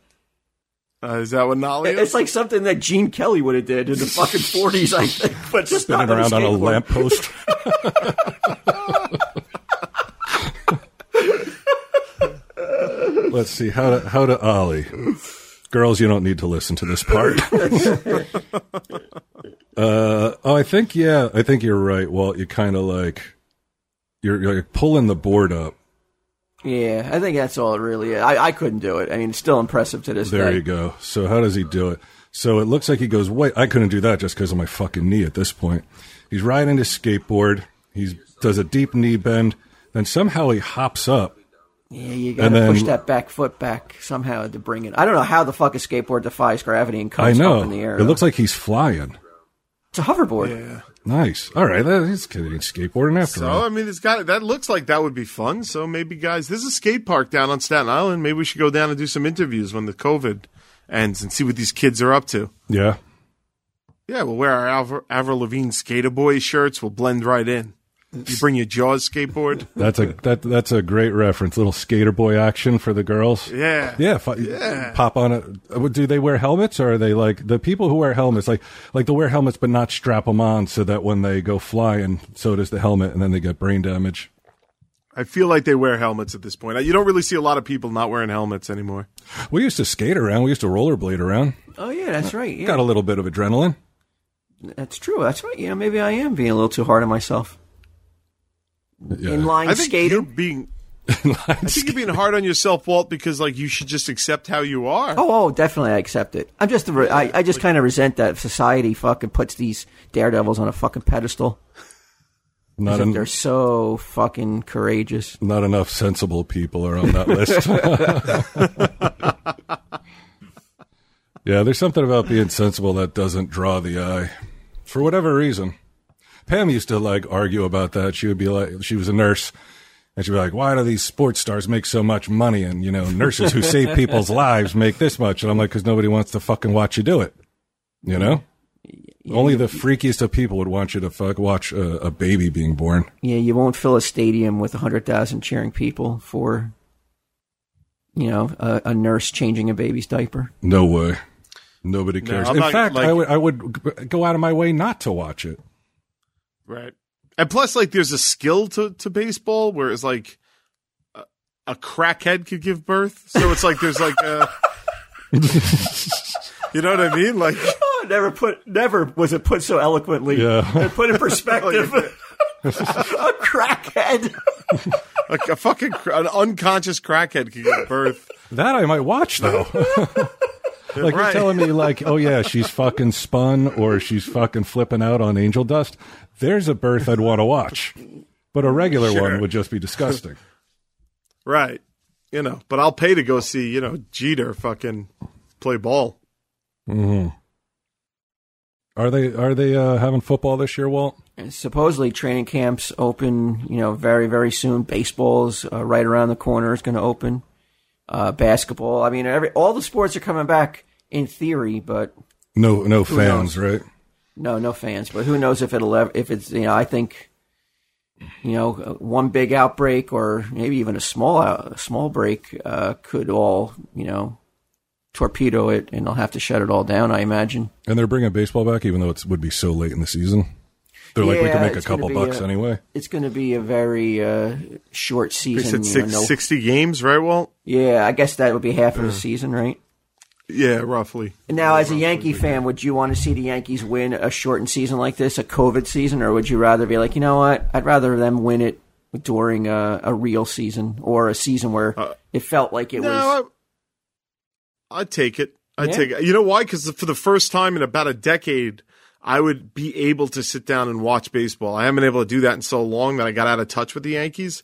[SPEAKER 4] Uh, is that what an ollie is?
[SPEAKER 1] It's like something that Gene Kelly would have did in the fucking forties, I think. But just
[SPEAKER 3] spinning
[SPEAKER 1] not
[SPEAKER 3] around on a
[SPEAKER 1] skateboard.
[SPEAKER 3] lamppost. Let's see how to how to ollie. Girls, you don't need to listen to this part. uh, oh, I think yeah, I think you're right, Walt. You kind of like you're, you're like pulling the board up.
[SPEAKER 1] Yeah, I think that's all it really is. I, I couldn't do it. I mean, it's still impressive to this
[SPEAKER 3] There
[SPEAKER 1] day.
[SPEAKER 3] you go. So how does he do it? So it looks like he goes, wait, I couldn't do that just because of my fucking knee at this point. He's riding his skateboard. He does a deep knee bend. Then somehow he hops up.
[SPEAKER 1] Yeah, you gotta
[SPEAKER 3] And then-
[SPEAKER 1] push that back foot back somehow to bring it. I don't know how the fuck a skateboard defies gravity and
[SPEAKER 3] I
[SPEAKER 1] comes
[SPEAKER 3] know.
[SPEAKER 1] up in the air.
[SPEAKER 3] It looks like he's flying.
[SPEAKER 1] it's a hoverboard.
[SPEAKER 3] Nice. All right. that- He's kidding. Skateboarding after
[SPEAKER 4] so
[SPEAKER 3] all.
[SPEAKER 4] I mean, it's got that looks like that would be fun. So maybe, guys, there's a skate park down on Staten Island. Maybe we should go down and do some interviews when the COVID ends and see what these kids are up to.
[SPEAKER 3] Yeah.
[SPEAKER 4] Yeah, we'll wear our Avril, Avril Lavigne Skater Boy shirts. We'll blend right in. You bring your Jaws skateboard.
[SPEAKER 3] That's a that that's a great reference. Little skater boy action for the girls.
[SPEAKER 4] Yeah.
[SPEAKER 3] Yeah, fu- pop on it. Uh, Do they wear helmets, or are they like the people who wear helmets? Like, like they'll wear helmets, but not strap them on, so that when they go flying, so does the helmet, and then they get brain damage.
[SPEAKER 4] I feel like they wear helmets at this point. You don't really see a lot of people not wearing helmets anymore.
[SPEAKER 3] We used to skate around. We used to rollerblade around.
[SPEAKER 1] Oh yeah, that's right. Yeah,
[SPEAKER 3] Got a little bit of adrenaline.
[SPEAKER 1] that's true. That's right. Yeah, maybe I am being a little too hard on myself.
[SPEAKER 3] Yeah.
[SPEAKER 4] I
[SPEAKER 1] Inline
[SPEAKER 4] think you're
[SPEAKER 1] skating.
[SPEAKER 4] being
[SPEAKER 3] Inline
[SPEAKER 4] I think
[SPEAKER 3] sk-
[SPEAKER 4] you're being hard on yourself, Walt, because like you should just accept how you are.
[SPEAKER 1] Oh, oh, definitely, I accept it. I'm just, re- I, I just kind of resent that society fucking puts these daredevils on a fucking pedestal.
[SPEAKER 3] not,
[SPEAKER 1] That
[SPEAKER 3] en-
[SPEAKER 1] they're so fucking courageous.
[SPEAKER 3] not enough sensible people are on that list. yeah, there's something about being sensible that doesn't draw the eye, for whatever reason. Pam used to like argue about that. She would be like, she was a nurse, and she'd be like, "Why do these sports stars make so much money? And you know, nurses who save people's lives make this much." And I'm like, "Because nobody wants to fucking watch you do it." You know, only the freakiest of people would want you to fuck watch a, a baby being born.
[SPEAKER 1] Yeah, you won't fill a stadium with 100,000 cheering people for, you know, a, a nurse changing a baby's diaper.
[SPEAKER 3] No way. Nobody cares.
[SPEAKER 4] I'm
[SPEAKER 3] In
[SPEAKER 4] not,
[SPEAKER 3] fact,
[SPEAKER 4] like-
[SPEAKER 3] I would I would g- go out of my way not to watch it.
[SPEAKER 4] Right. And plus, like, there's a skill to, to baseball, whereas like a, a crackhead could give birth. So it's like there's like a, <laughs> you know what I mean? Like,
[SPEAKER 1] Oh, never put, never was it put so eloquently.
[SPEAKER 3] Yeah.
[SPEAKER 1] Put in perspective. <laughs> a crackhead.
[SPEAKER 4] like a fucking cr- an unconscious crackhead could give birth.
[SPEAKER 3] That I might watch though. <laughs> like you're
[SPEAKER 4] Right.
[SPEAKER 3] telling me like, oh yeah, she's fucking spun or she's fucking flipping out on angel dust. There's a birth I'd want to watch. But a regular one would just be disgusting.
[SPEAKER 4] Right. You know, but I'll pay to go see you know Jeter fucking play ball.
[SPEAKER 3] Are they are they uh, having football this year, Walt?
[SPEAKER 1] Supposedly, training camps open, you know, very, very soon. Baseball's uh, right around the corner. It's going to open. Uh, basketball. I mean, every, all the sports are coming back in theory, but
[SPEAKER 3] No no fans, right?
[SPEAKER 1] No, no fans. But who knows if it'll ever, if it's you know I think you know one big outbreak or maybe even a small out, a small break uh, could all you know torpedo it and they'll have to shut it all down. I imagine.
[SPEAKER 3] And they're bringing baseball back even though it would be so late in the season. They're like we
[SPEAKER 1] Yeah,
[SPEAKER 3] can make a
[SPEAKER 1] it's gonna
[SPEAKER 3] couple
[SPEAKER 1] be,
[SPEAKER 3] bucks
[SPEAKER 1] uh,
[SPEAKER 3] anyway.
[SPEAKER 1] It's going to be a very uh, short
[SPEAKER 4] They
[SPEAKER 1] season.
[SPEAKER 4] said
[SPEAKER 1] you know,
[SPEAKER 4] six, Uh.
[SPEAKER 1] no-
[SPEAKER 4] 60 games, right, Walt?
[SPEAKER 1] Yeah, I guess that would be half of the season, right?
[SPEAKER 4] Yeah, roughly.
[SPEAKER 1] Now, as a Yankee fan, would you want to see the Yankees win a shortened season like this, a COVID season, or would you rather be like, you know what, I'd rather them win it during a, a real season or a season where
[SPEAKER 4] Uh,
[SPEAKER 1] it felt like it was.
[SPEAKER 4] No, I, I'd take it. I'd
[SPEAKER 1] Yeah?
[SPEAKER 4] take it. You know why? Because for the first time in about a decade, I would be able to sit down and watch baseball. I haven't been able to do that in so long that I got out of touch with the Yankees.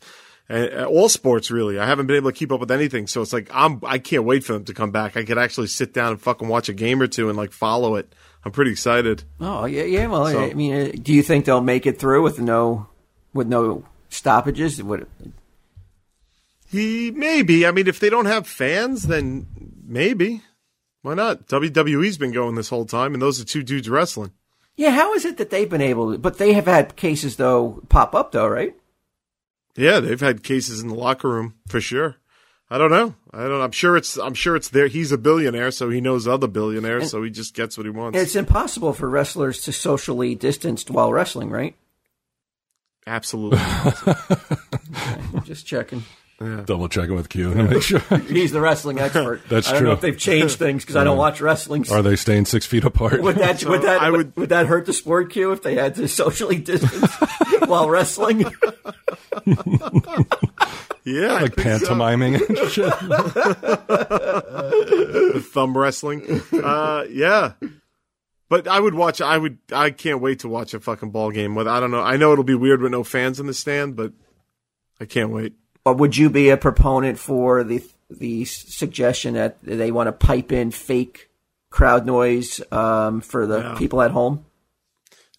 [SPEAKER 4] Uh, uh, all sports, really. I haven't been able to keep up with anything. So it's like, I'm, I can't wait for them to come back. I could actually sit down and fucking watch a game or two and like follow it. I'm pretty excited.
[SPEAKER 1] Oh yeah, yeah. Well,
[SPEAKER 4] So-
[SPEAKER 1] I mean, uh, do you think they'll make it through with no with no stoppages? Would,
[SPEAKER 4] He maybe. I mean, if they don't have fans, then maybe. Why not? WWE's been going this whole time, and those are two dudes wrestling.
[SPEAKER 1] yeah. How is it that they've been able? to But they have had cases though pop up though, right?
[SPEAKER 4] Yeah, they've had cases in the locker room for sure. I don't know. I don't. I'm sure it's. I'm sure it's there. He's a billionaire, so he knows other billionaires, so he just gets what he wants.
[SPEAKER 1] It's impossible for wrestlers to socially distance while wrestling,
[SPEAKER 4] <laughs>
[SPEAKER 1] right?
[SPEAKER 3] <laughs>
[SPEAKER 4] Absolutely.
[SPEAKER 1] Just checking.
[SPEAKER 3] Double checking with Q to make sure.
[SPEAKER 1] He's the
[SPEAKER 3] <laughs>
[SPEAKER 1] wrestling expert.
[SPEAKER 3] That's
[SPEAKER 1] I don't know
[SPEAKER 3] true.
[SPEAKER 1] if they've changed things because I don't watch wrestling.
[SPEAKER 3] Are they staying six feet
[SPEAKER 1] <laughs>
[SPEAKER 3] apart?
[SPEAKER 1] Would that would that
[SPEAKER 4] I
[SPEAKER 1] would,
[SPEAKER 4] would-
[SPEAKER 1] would that hurt the sport cue if they had to socially <laughs> distance while <laughs> wrestling?
[SPEAKER 4] yeah,
[SPEAKER 3] <laughs> like pantomiming and shit.
[SPEAKER 4] <laughs> thumb wrestling. Uh, yeah. But I would watch. I would. I can't wait to watch a fucking ball game. With I don't know. I know it'll be weird with no fans in the stand, but I can't wait.
[SPEAKER 1] or would you be a proponent for the the suggestion that they want to pipe in fake crowd noise um, for the people at home?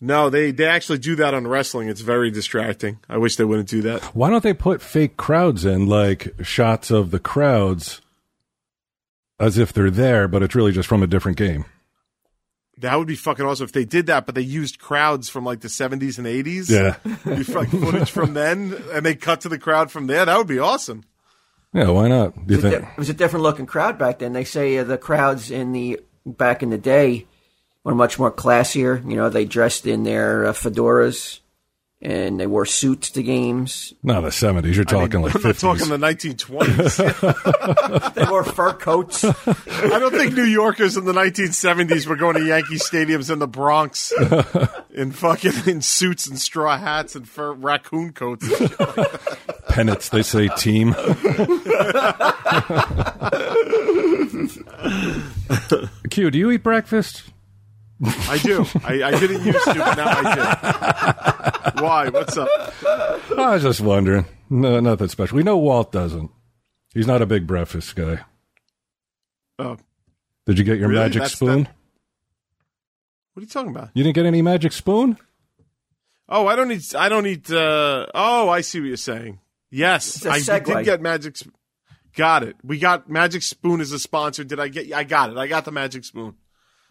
[SPEAKER 4] No, they they actually do that on wrestling. It's very distracting. I wish they wouldn't do that.
[SPEAKER 3] Why don't they put fake crowds in, like shots of the crowds, as if they're there, but it's really just from a different game?
[SPEAKER 4] That would be fucking awesome if they did that, but they used crowds from like the 70s and 80s.
[SPEAKER 3] Yeah,
[SPEAKER 4] You fuck footage from then and they cut to the crowd from there. That would be awesome.
[SPEAKER 3] yeah. Why not? Do you think?
[SPEAKER 1] It was a different looking crowd back then. They say uh, the crowds in the back in the day were much more classier. You know, they dressed in their uh, fedoras and they wore suits to games.
[SPEAKER 3] Not the seventies. You're talking like
[SPEAKER 4] I'm not talking
[SPEAKER 3] fifties.
[SPEAKER 4] the
[SPEAKER 3] <laughs>
[SPEAKER 4] 1920s.
[SPEAKER 1] They wore fur coats.
[SPEAKER 4] I don't think New Yorkers in the 1970s were going to Yankee stadiums in the Bronx in fucking in suits and straw hats and fur raccoon coats.
[SPEAKER 3] Pennants. They say
[SPEAKER 4] <laughs>
[SPEAKER 3] team. Q, do you eat breakfast?
[SPEAKER 4] I do. I, I didn't used to, but now I do. Why? What's up?
[SPEAKER 3] I was just wondering. No, nothing special. We know Walt doesn't. He's not a big breakfast guy.
[SPEAKER 4] Oh,
[SPEAKER 3] Did you get your
[SPEAKER 4] Really?
[SPEAKER 3] magic
[SPEAKER 4] That's
[SPEAKER 3] spoon?
[SPEAKER 4] the- what are you talking about?
[SPEAKER 3] You didn't get any magic spoon?
[SPEAKER 4] Oh, I don't need. I don't need. Uh, oh, I see what you're saying. Yes,
[SPEAKER 1] a
[SPEAKER 4] I
[SPEAKER 1] segue.
[SPEAKER 4] did get magic. Sp- Got it. We got Magic Spoon as a sponsor. Did I get? I got it. I got the Magic Spoon.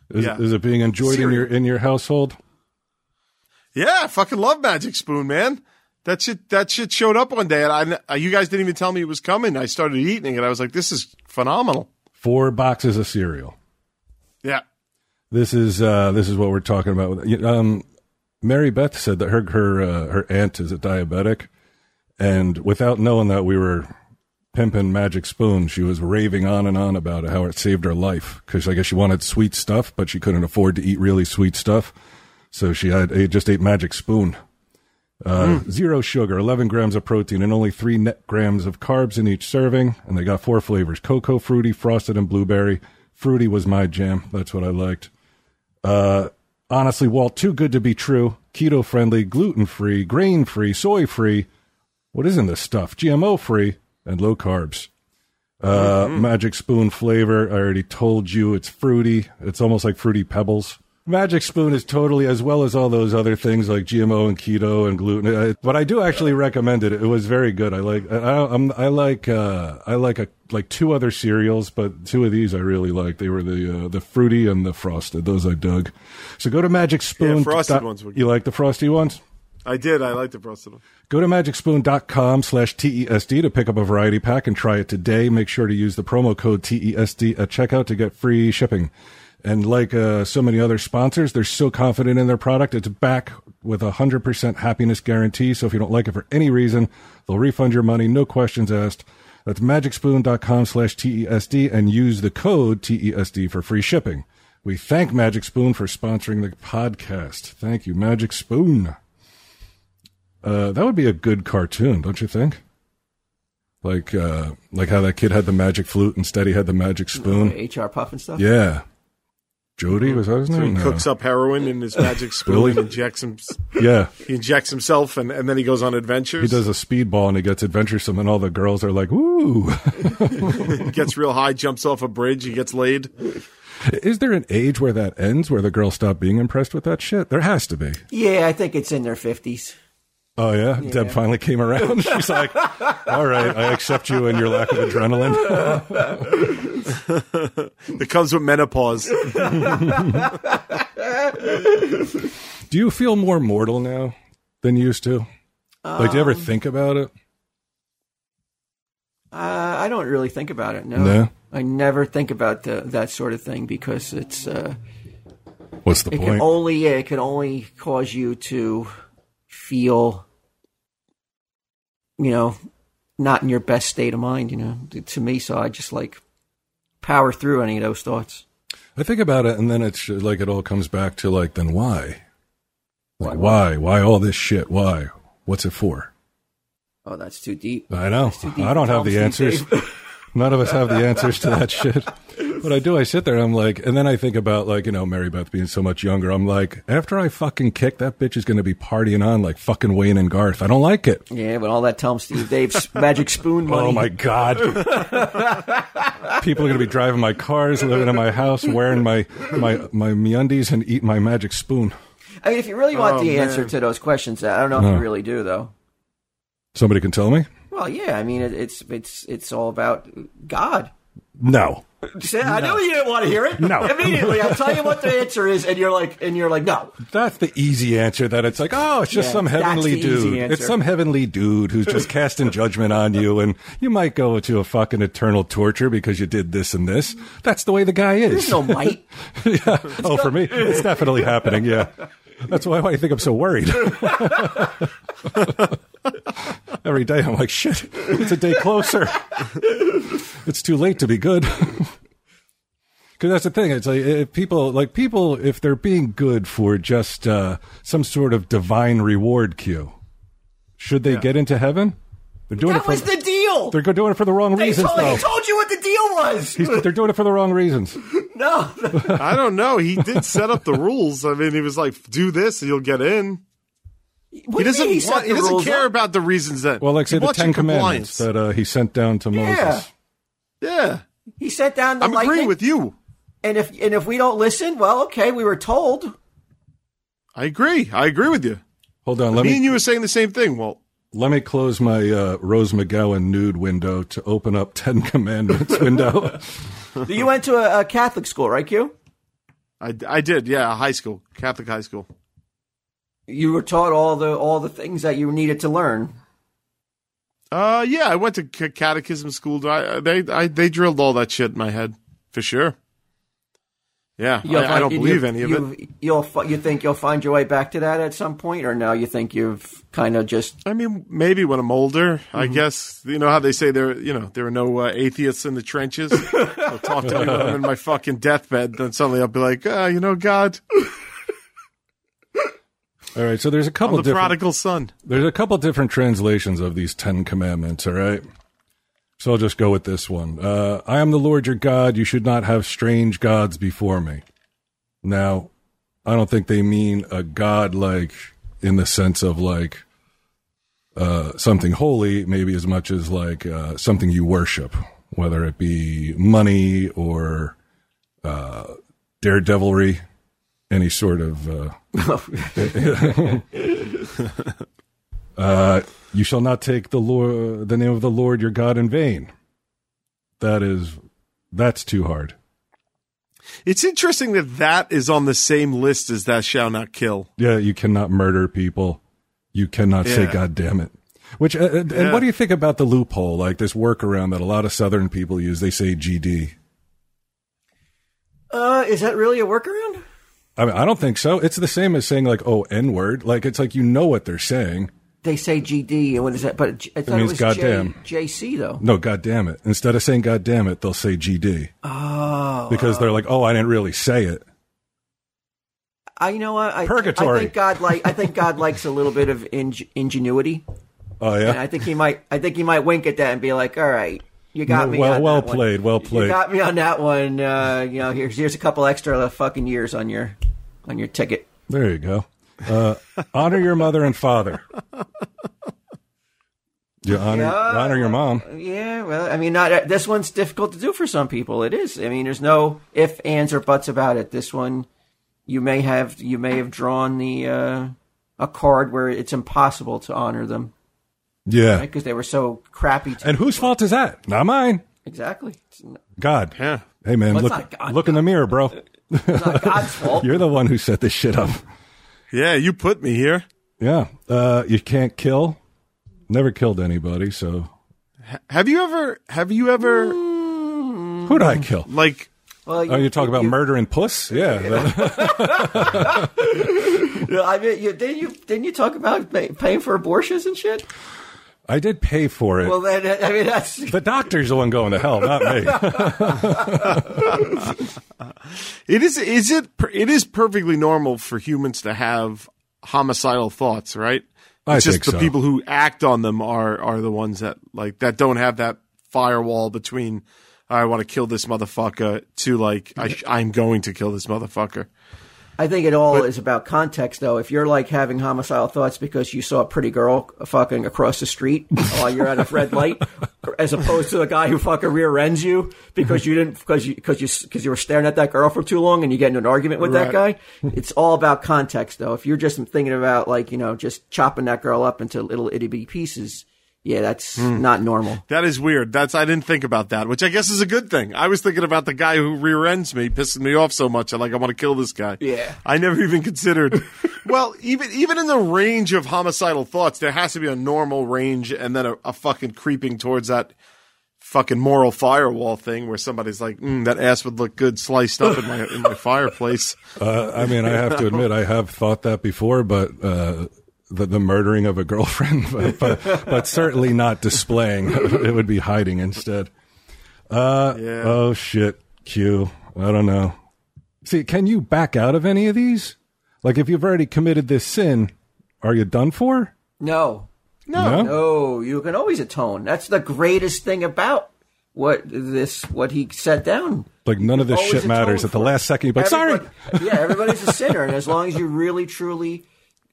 [SPEAKER 3] Is,
[SPEAKER 4] Yeah.
[SPEAKER 3] is it being enjoyed in your
[SPEAKER 4] Cereal.
[SPEAKER 3] in your household?
[SPEAKER 4] Yeah, I fucking love Magic Spoon, man. That shit. That shit showed up one day, and I. uh, You guys didn't even tell me it was coming. I started eating it. I was like, this is phenomenal.
[SPEAKER 3] Four boxes of cereal.
[SPEAKER 4] Yeah.
[SPEAKER 3] This is uh, this is what we're talking about. You- Um, Mary Beth said that her her uh, her aunt is a diabetic, and without knowing that we were pimping Magic Spoon, she was raving on and on about how it saved her life because I guess she wanted sweet stuff, but she couldn't afford to eat really sweet stuff, so she had eh, just ate Magic Spoon. Uh, Zero sugar, 11 grams of protein, and only three net grams of carbs in each serving. And they got four flavors cocoa, fruity, frosted, and blueberry. Fruity was my jam. That's what I liked. Uh, honestly, Walt, too good to be true. Keto friendly, gluten free, grain free, soy free. What is in this stuff? GMO free and low carbs. Uh,
[SPEAKER 4] Mm-hmm.
[SPEAKER 3] Magic spoon flavor. I already told you it's fruity. It's almost like fruity pebbles. Magic spoon is totally as well as all those other things like GMO and keto and gluten. Uh, But I do actually recommend it. It was very good. I like. I, I- I'm, I like. Uh, I like a like two other cereals, but two of these I really like. They were the uh, the fruity and the frosted. Those I dug. So go to Magic Spoon.
[SPEAKER 4] frosted ones were good.
[SPEAKER 3] You like the frosty ones?
[SPEAKER 4] I did. I liked the frosted. one.
[SPEAKER 3] Go to magicspoon.com slash TESD to pick up a variety pack and try it today. Make sure to use the promo code TESD at checkout to get free shipping. And like uh, so many other sponsors, they're so confident in their product. It's back with a 100% happiness guarantee. So if you don't like it for any reason, they'll refund your money, no questions asked. That's magicspoon.com slash TESD and use the code TESD for free shipping. We thank Magic Spoon for sponsoring the podcast. Thank you, Magic Spoon. Uh, that would be a good cartoon, don't you think? Like, uh, like how that kid had the magic flute and Steady had the magic spoon.
[SPEAKER 1] HR Puff and stuff.
[SPEAKER 3] Yeah. Jody, was that his
[SPEAKER 4] So he
[SPEAKER 3] name? No.
[SPEAKER 4] cooks up heroin in his magic spoon
[SPEAKER 3] Really?
[SPEAKER 4] and injects him.
[SPEAKER 3] Yeah.
[SPEAKER 4] He injects himself and, and then he goes on adventures.
[SPEAKER 3] He does a speedball and he gets adventuresome, and all the girls are like, "Ooh!" <laughs>
[SPEAKER 4] He gets real high, jumps off a bridge, he gets laid.
[SPEAKER 3] Is there an age where that ends, where the girls stop being impressed with that shit? There has to be.
[SPEAKER 1] Yeah, I think it's in their fifties.
[SPEAKER 3] Oh yeah, Deb finally came around. <laughs> She's like, "All right, I accept you and your lack of adrenaline."
[SPEAKER 4] It comes with menopause.
[SPEAKER 3] do you feel more mortal now than you used to? like, do you ever think about it?
[SPEAKER 1] Uh, I don't really think about it. No,
[SPEAKER 3] No?
[SPEAKER 1] I never think about the, that sort of thing because it's uh,
[SPEAKER 3] What's the
[SPEAKER 1] it
[SPEAKER 3] point?
[SPEAKER 1] can only yeah, it can only cause you to feel, you know, not in your best state of mind. You know, to- to me, so I just like power through any of those thoughts.
[SPEAKER 3] I think about it, and then it's just, like it all comes back to like, then why? Like, why? Why all this shit? Why? What's it for?
[SPEAKER 1] Oh, that's too deep.
[SPEAKER 3] I know.
[SPEAKER 1] Too deep
[SPEAKER 3] I don't have the
[SPEAKER 1] Thompson,
[SPEAKER 3] answers.
[SPEAKER 1] Dave.
[SPEAKER 3] <laughs> None of us have the answers to that shit. But I do. I sit there and I'm like, and then I think about like, you know, Mary Beth being so much younger. I'm like, after I fucking kick, that bitch is going to be partying on like fucking Wayne and Garth. I don't like it.
[SPEAKER 1] yeah, but all that Tom Steve Dave's magic spoon money.
[SPEAKER 3] <laughs> Oh my God. People are going to be driving my cars, living in my house, wearing my, my, my meundies and eating my magic spoon.
[SPEAKER 1] I mean, if you really want
[SPEAKER 4] Oh,
[SPEAKER 1] the
[SPEAKER 4] man.
[SPEAKER 1] answer to those questions, I don't know if you really do, though.
[SPEAKER 3] Somebody can tell me?
[SPEAKER 1] Well, yeah, I mean, it, it's it's it's all about God.
[SPEAKER 3] No.
[SPEAKER 1] See, I knew you didn't want to hear it.
[SPEAKER 3] No.
[SPEAKER 1] <laughs> immediately I'll tell you what the answer is, and you're like, and you're like, no.
[SPEAKER 3] That's the easy answer. That it's like, oh, it's just
[SPEAKER 1] Yeah,
[SPEAKER 3] some
[SPEAKER 1] that's
[SPEAKER 3] heavenly
[SPEAKER 1] the easy
[SPEAKER 3] dude.
[SPEAKER 1] answer.
[SPEAKER 3] It's some heavenly dude
[SPEAKER 1] <laughs>
[SPEAKER 3] who's just casting judgment on you, and you might go to a fucking eternal torture because you did this and this. That's the way the guy
[SPEAKER 1] There's
[SPEAKER 3] is.
[SPEAKER 1] no
[SPEAKER 4] <laughs>
[SPEAKER 1] might.
[SPEAKER 3] yeah. Oh, for me, it's definitely happening. Yeah. That's why, why I think I'm so worried. <laughs> Every day I'm like, shit, it's a day closer. it's too late to be good. <laughs> Because that's the thing. It's like if people, like people, if they're being good for just uh, some sort of divine reward cue, should they get into heaven? They're doing it
[SPEAKER 1] That
[SPEAKER 3] for
[SPEAKER 1] was the deal.
[SPEAKER 3] they're doing it for the wrong
[SPEAKER 1] He
[SPEAKER 3] reasons,
[SPEAKER 1] told, he
[SPEAKER 3] though.
[SPEAKER 1] told you what the deal was.
[SPEAKER 3] He's- they're doing it for the wrong reasons.
[SPEAKER 1] No, <laughs>
[SPEAKER 4] I don't know. He did set up the rules. I mean, he was like, do this and you'll get in.
[SPEAKER 1] What do
[SPEAKER 4] He
[SPEAKER 1] you
[SPEAKER 4] doesn't
[SPEAKER 1] mean set
[SPEAKER 4] want,
[SPEAKER 1] the
[SPEAKER 4] he doesn't
[SPEAKER 1] rules
[SPEAKER 4] care
[SPEAKER 1] up?
[SPEAKER 4] about the reasons that.
[SPEAKER 3] Well, like
[SPEAKER 4] he
[SPEAKER 3] say the
[SPEAKER 4] wants
[SPEAKER 3] Ten
[SPEAKER 4] your
[SPEAKER 3] Commandments
[SPEAKER 4] compliance.
[SPEAKER 3] that uh, he sent down to Moses.
[SPEAKER 1] Yeah.
[SPEAKER 4] Yeah.
[SPEAKER 1] He sent down the
[SPEAKER 4] I'm agreeing
[SPEAKER 1] lightning,
[SPEAKER 4] with you.
[SPEAKER 1] and if and if we don't listen, well, okay, we were told.
[SPEAKER 4] I agree. I agree with you.
[SPEAKER 3] Hold on, let
[SPEAKER 4] Me
[SPEAKER 3] me
[SPEAKER 4] and you were saying the same thing. Well,
[SPEAKER 3] let me close my uh, Rose McGowan nude window to open up <laughs> Ten Commandments
[SPEAKER 4] <laughs>
[SPEAKER 3] window.
[SPEAKER 1] You went to a, a Catholic school, right, Q?
[SPEAKER 4] I, I did. Yeah. High school, Catholic high school.
[SPEAKER 1] You were taught all the all the things that you needed to learn.
[SPEAKER 4] Uh, yeah, I went to c- catechism school. I, they I, they drilled all that shit in my head for sure. Yeah,
[SPEAKER 1] You'll
[SPEAKER 4] I, I
[SPEAKER 1] find-
[SPEAKER 4] don't
[SPEAKER 1] you-
[SPEAKER 4] believe
[SPEAKER 1] you-
[SPEAKER 4] any of
[SPEAKER 1] you,
[SPEAKER 4] it.
[SPEAKER 1] You'll fi- you think you'll find your way back to that at some point, or no? You think you've kind of just <laughs>
[SPEAKER 4] I mean, maybe when I'm older, I guess you know how they say there. You know, there are no uh, atheists in the trenches. They'll talk to me when I'm in my fucking deathbed. Then suddenly I'll be like, uh, you know, God,
[SPEAKER 3] All right, so there's a
[SPEAKER 4] I'm
[SPEAKER 3] couple
[SPEAKER 4] the
[SPEAKER 3] different
[SPEAKER 4] prodigal son.
[SPEAKER 3] there's a couple different translations of these Ten Commandments. All right, so I'll just go with this one. Uh, I am the Lord your God. You should not have strange gods before me. Now, I don't think they mean a god like in the sense of like uh, something holy, maybe as much as like uh, something you worship, whether it be money or uh, daredevilry, any sort of. Uh, uh, you shall not take the Lord, the name of the Lord your God in vain. That is, that's too hard.
[SPEAKER 4] It's interesting that that is on the same list as that shall not kill.
[SPEAKER 3] Yeah, you cannot murder people. You cannot say
[SPEAKER 4] Yeah.
[SPEAKER 3] "God damn it." Which uh, and and what do you think about the loophole, like this workaround that a lot of Southern people use? They say "GD."
[SPEAKER 1] uh, is that really a workaround?
[SPEAKER 3] I mean, I don't think so. It's the same as saying like "Oh, N word." Like it's like you know what they're saying,
[SPEAKER 1] they say GD, and what is that? But J- I thought it,
[SPEAKER 3] means
[SPEAKER 1] was
[SPEAKER 3] goddamn.
[SPEAKER 1] J, JC though.
[SPEAKER 3] No, God damn it. Instead of saying God damn it, they'll say GD. Oh. Because they're like, oh, I didn't really say it.
[SPEAKER 1] I you know what? I,
[SPEAKER 3] Purgatory.
[SPEAKER 1] I think God like I think God likes a little bit of in, ingenuity,
[SPEAKER 3] Oh, yeah.
[SPEAKER 1] and I think he might. I think he might wink at that and be like, "All right, you got me."
[SPEAKER 3] well,
[SPEAKER 1] on
[SPEAKER 3] well
[SPEAKER 1] that one.
[SPEAKER 3] played. Well
[SPEAKER 1] You
[SPEAKER 3] played.
[SPEAKER 1] got me on that one. Uh, you know, here's here's a couple extra fucking years on your on your ticket.
[SPEAKER 3] There you go. Uh, honor your mother and father. You honor, honor your mom.
[SPEAKER 1] Yeah, well, I mean, not uh, this one's difficult to do for some people. It is. I mean, there's no if, ands, or buts about it. This one, you may have you may have drawn the uh, a card where it's impossible to honor them
[SPEAKER 3] Yeah.
[SPEAKER 1] because they were so crappy. To,
[SPEAKER 3] And whose fault is that? Not mine.
[SPEAKER 1] exactly, it's n-
[SPEAKER 3] God.
[SPEAKER 4] Yeah.
[SPEAKER 3] Hey, man,
[SPEAKER 1] Well, it's
[SPEAKER 3] look,
[SPEAKER 1] not God.
[SPEAKER 3] look in the mirror, bro.
[SPEAKER 1] it's not
[SPEAKER 3] <laughs>
[SPEAKER 1] God's fault.
[SPEAKER 3] You're the one who set this shit up.
[SPEAKER 4] Yeah, you put me here.
[SPEAKER 3] Yeah. Uh, you can't kill. Never killed anybody, so
[SPEAKER 4] Have you ever? Have you ever?
[SPEAKER 3] who'd I kill?
[SPEAKER 4] Like,
[SPEAKER 1] Well,
[SPEAKER 3] Oh, you're talking about murder and puss? Yeah. that-
[SPEAKER 1] I mean, you, didn't you didn't you talk about pay, paying for abortions and shit?
[SPEAKER 3] <laughs> I did pay for it.
[SPEAKER 1] Well, then I mean that's
[SPEAKER 3] the doctor's the one going to hell,
[SPEAKER 1] <laughs>
[SPEAKER 3] not me.
[SPEAKER 4] it is. Is it? per- It is perfectly normal for humans to have homicidal thoughts, right?
[SPEAKER 3] I
[SPEAKER 4] It's just
[SPEAKER 3] think
[SPEAKER 4] the
[SPEAKER 3] so.
[SPEAKER 4] people who act on them are are the ones that like that don't have that firewall between. I want to kill this motherfucker. To like, I sh- I'm going to kill this motherfucker.
[SPEAKER 1] I think it all is about context, though. If you're like having homicidal thoughts because you saw a pretty girl fucking across the street while you're at a red light, as opposed to a guy who fucking rear ends you because you didn't because you because you because you were staring at that girl for too long and you get into an argument with that
[SPEAKER 4] Right.
[SPEAKER 1] guy. It's all about context, though. If you're just thinking about like you know just chopping that girl up into little itty bitty pieces, yeah, that's not normal.
[SPEAKER 4] That is weird. That's I didn't think about that, which I guess is a good thing. I was thinking about the guy who rear ends me, pissing me off so much. I like I want to kill this guy.
[SPEAKER 1] Yeah.
[SPEAKER 4] I never
[SPEAKER 3] <laughs>
[SPEAKER 4] even considered. well, even even in the range of homicidal thoughts, there has to be a normal range, and then a, a fucking creeping towards that fucking moral firewall thing where somebody's like, mm, "That ass would look good sliced up in my in
[SPEAKER 3] <laughs>
[SPEAKER 4] my fireplace."
[SPEAKER 3] Uh, I mean, I
[SPEAKER 1] <laughs>
[SPEAKER 3] have to admit, I have thought that before, but uh, the, the murdering of a girlfriend, <laughs> but, but, but certainly not displaying. <laughs> it would be hiding instead. Uh,
[SPEAKER 4] Yeah.
[SPEAKER 3] Oh, shit. Q. I don't know. See, can you back out of any of these? Like, if you've already committed this sin, are you done for?
[SPEAKER 1] No,
[SPEAKER 3] No.
[SPEAKER 1] No, you can always atone. That's the greatest thing about what this what he set down.
[SPEAKER 3] Like, none of this
[SPEAKER 1] Always
[SPEAKER 3] shit matters.
[SPEAKER 1] atone
[SPEAKER 3] At
[SPEAKER 1] for
[SPEAKER 3] the
[SPEAKER 1] it.
[SPEAKER 3] last second, you're like, sorry.
[SPEAKER 1] Everybody- yeah, everybody's a sinner, and as long as you really truly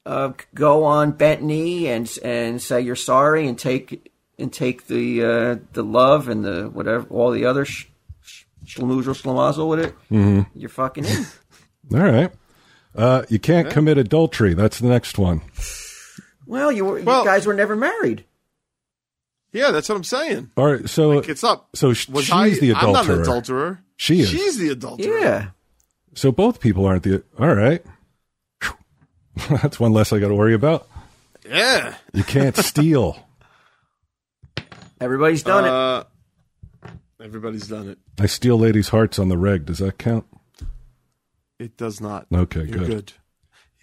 [SPEAKER 1] uh, go on bent knee and and say you're sorry and take and take the uh, the love and the whatever all the other sh- sh- schlemoozle schlemozzle with it,
[SPEAKER 4] Mm-hmm.
[SPEAKER 1] you're fucking in.
[SPEAKER 3] All right. Uh, you can't commit adultery. That's the next one.
[SPEAKER 1] Well, you, were,
[SPEAKER 4] Well-
[SPEAKER 1] you guys were never married.
[SPEAKER 4] Yeah, that's what I'm saying.
[SPEAKER 3] All right. So
[SPEAKER 4] It's up.
[SPEAKER 3] So sh-
[SPEAKER 4] Was
[SPEAKER 3] she's
[SPEAKER 4] I-
[SPEAKER 3] the
[SPEAKER 4] I'm not an
[SPEAKER 3] adulterer.
[SPEAKER 4] adulterer.
[SPEAKER 3] She is.
[SPEAKER 4] She's the adulterer.
[SPEAKER 1] Yeah.
[SPEAKER 3] So both people aren't the. All right. <laughs> That's one less I got to worry about.
[SPEAKER 4] Yeah.
[SPEAKER 3] You <laughs> can't steal.
[SPEAKER 1] Everybody's done it.
[SPEAKER 4] Uh, everybody's done it.
[SPEAKER 3] I steal ladies' hearts on the reg. Does that count?
[SPEAKER 4] It does not.
[SPEAKER 3] Okay,
[SPEAKER 4] You're
[SPEAKER 3] good.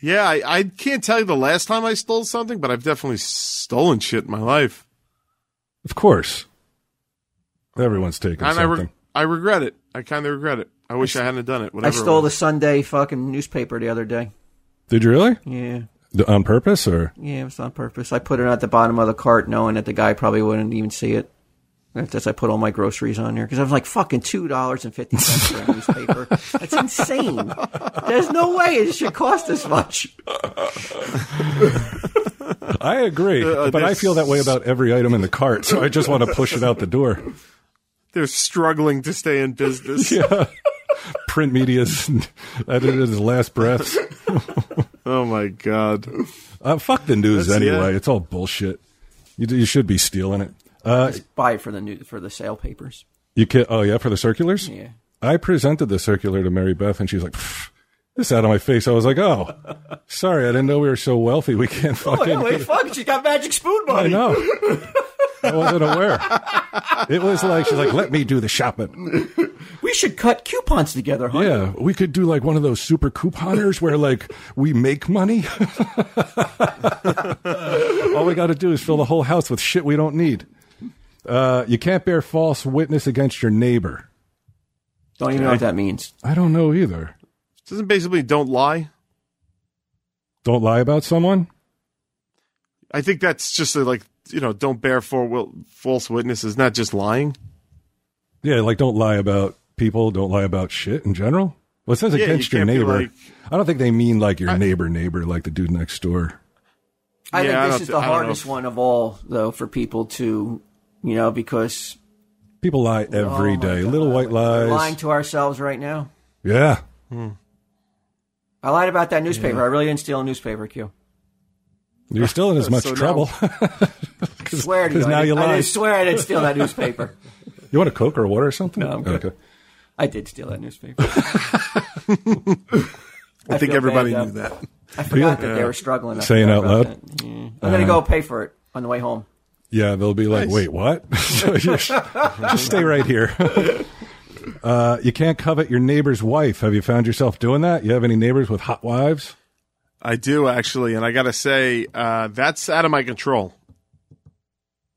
[SPEAKER 4] Yeah, I, I can't tell you the last time I stole something, but I've definitely stolen shit in my life,
[SPEAKER 3] Of course. Everyone's taking
[SPEAKER 4] and I
[SPEAKER 3] something.
[SPEAKER 4] re- I regret it. I kind of regret it. I wish I, hadn't done it.
[SPEAKER 1] I
[SPEAKER 4] Whatever. it
[SPEAKER 1] stole the
[SPEAKER 4] was.
[SPEAKER 1] Sunday fucking newspaper the other day.
[SPEAKER 3] Did you really?
[SPEAKER 1] Yeah.
[SPEAKER 3] D- on purpose or?
[SPEAKER 1] Yeah, it was on purpose. I put it at the bottom of the cart, knowing that the guy probably wouldn't even see it. That's I put all my groceries on there because I was like fucking two dollars and fifty cents for a newspaper. That's insane. There's no way it should cost this much.
[SPEAKER 3] I agree, but I
[SPEAKER 4] Uh, this-
[SPEAKER 3] feel that way about every item in the cart, so I just want to push it out the door.
[SPEAKER 4] They're struggling to stay in business.
[SPEAKER 3] Print media's <laughs> edited his last breaths.
[SPEAKER 4] Oh my god.
[SPEAKER 3] Uh, fuck the news
[SPEAKER 4] That's-
[SPEAKER 3] anyway.
[SPEAKER 4] yeah.
[SPEAKER 3] It's all bullshit. You, you should be stealing it. Uh,
[SPEAKER 1] Buy it for the new for the sale papers.
[SPEAKER 3] You can Oh yeah, for the circulars.
[SPEAKER 1] Yeah.
[SPEAKER 3] I presented the circular to Mary Beth, and she's like, "Pff, "This out of my face." I was like, "Oh, sorry, I didn't know we were so wealthy. We can't fucking."
[SPEAKER 1] fuck! She got magic spoon
[SPEAKER 3] I
[SPEAKER 1] money.
[SPEAKER 3] know. I wasn't aware. It was like she's like, "Let me do the shopping."
[SPEAKER 1] We should cut coupons together, huh?
[SPEAKER 3] Yeah, we could do like one of those super couponers where like we make money. <laughs> All we got to do is fill the whole house with shit we don't need. Uh, you can't bear false witness against your neighbor.
[SPEAKER 1] Don't even know what that means.
[SPEAKER 3] I don't know either.
[SPEAKER 4] Doesn't basically don't lie.
[SPEAKER 3] Don't lie about someone.
[SPEAKER 4] I think that's just a, like you know don't bear for will, false witnesses, not just lying.
[SPEAKER 3] Yeah, like don't lie about people. Don't lie about shit in general. Well, it says
[SPEAKER 4] you
[SPEAKER 3] against your
[SPEAKER 4] can't be
[SPEAKER 3] neighbor.
[SPEAKER 4] like-
[SPEAKER 3] I don't think they mean like your neighbor, neighbor, like the dude next door.
[SPEAKER 1] I
[SPEAKER 4] Yeah, I
[SPEAKER 1] think
[SPEAKER 4] don't
[SPEAKER 1] this is
[SPEAKER 4] thi-
[SPEAKER 1] the
[SPEAKER 4] I don't know
[SPEAKER 1] hardest
[SPEAKER 4] if-
[SPEAKER 1] one of all, though, for people to, you know, because
[SPEAKER 3] People lie every
[SPEAKER 1] Oh my
[SPEAKER 3] day. Little white lies.
[SPEAKER 1] we're lying to ourselves right now.
[SPEAKER 3] Yeah.
[SPEAKER 1] I lied about that newspaper. I really didn't steal a newspaper, Q.
[SPEAKER 3] You're still
[SPEAKER 1] <laughs>
[SPEAKER 3] in as much
[SPEAKER 4] So now-
[SPEAKER 3] trouble.
[SPEAKER 1] Swear to you.
[SPEAKER 3] <laughs> 'Cause
[SPEAKER 1] I
[SPEAKER 3] now
[SPEAKER 1] did-
[SPEAKER 3] you
[SPEAKER 1] I
[SPEAKER 3] lied.
[SPEAKER 1] did swear I didn't steal that
[SPEAKER 3] <laughs>
[SPEAKER 1] newspaper.
[SPEAKER 3] you want a Coke or a water or something?
[SPEAKER 1] No, I'm good.
[SPEAKER 3] Okay.
[SPEAKER 1] I did steal that newspaper.
[SPEAKER 4] I, think
[SPEAKER 1] feel
[SPEAKER 4] everybody
[SPEAKER 1] bad,
[SPEAKER 4] knew
[SPEAKER 1] though.
[SPEAKER 4] that.
[SPEAKER 3] <laughs>
[SPEAKER 1] I forgot that they were struggling. I
[SPEAKER 3] Saying
[SPEAKER 1] forgot
[SPEAKER 3] out
[SPEAKER 1] about
[SPEAKER 3] loud? Uh-huh.
[SPEAKER 1] that. Yeah. I'm going to go pay for it on the way home.
[SPEAKER 3] Yeah, they'll be like,
[SPEAKER 4] Nice.
[SPEAKER 3] wait, what? <laughs> so you sh- just stay right here. <laughs> uh, you can't covet your neighbor's wife. Have you found yourself doing that? You have any neighbors with hot wives?
[SPEAKER 4] I do actually, and I gotta say uh, that's out of my control.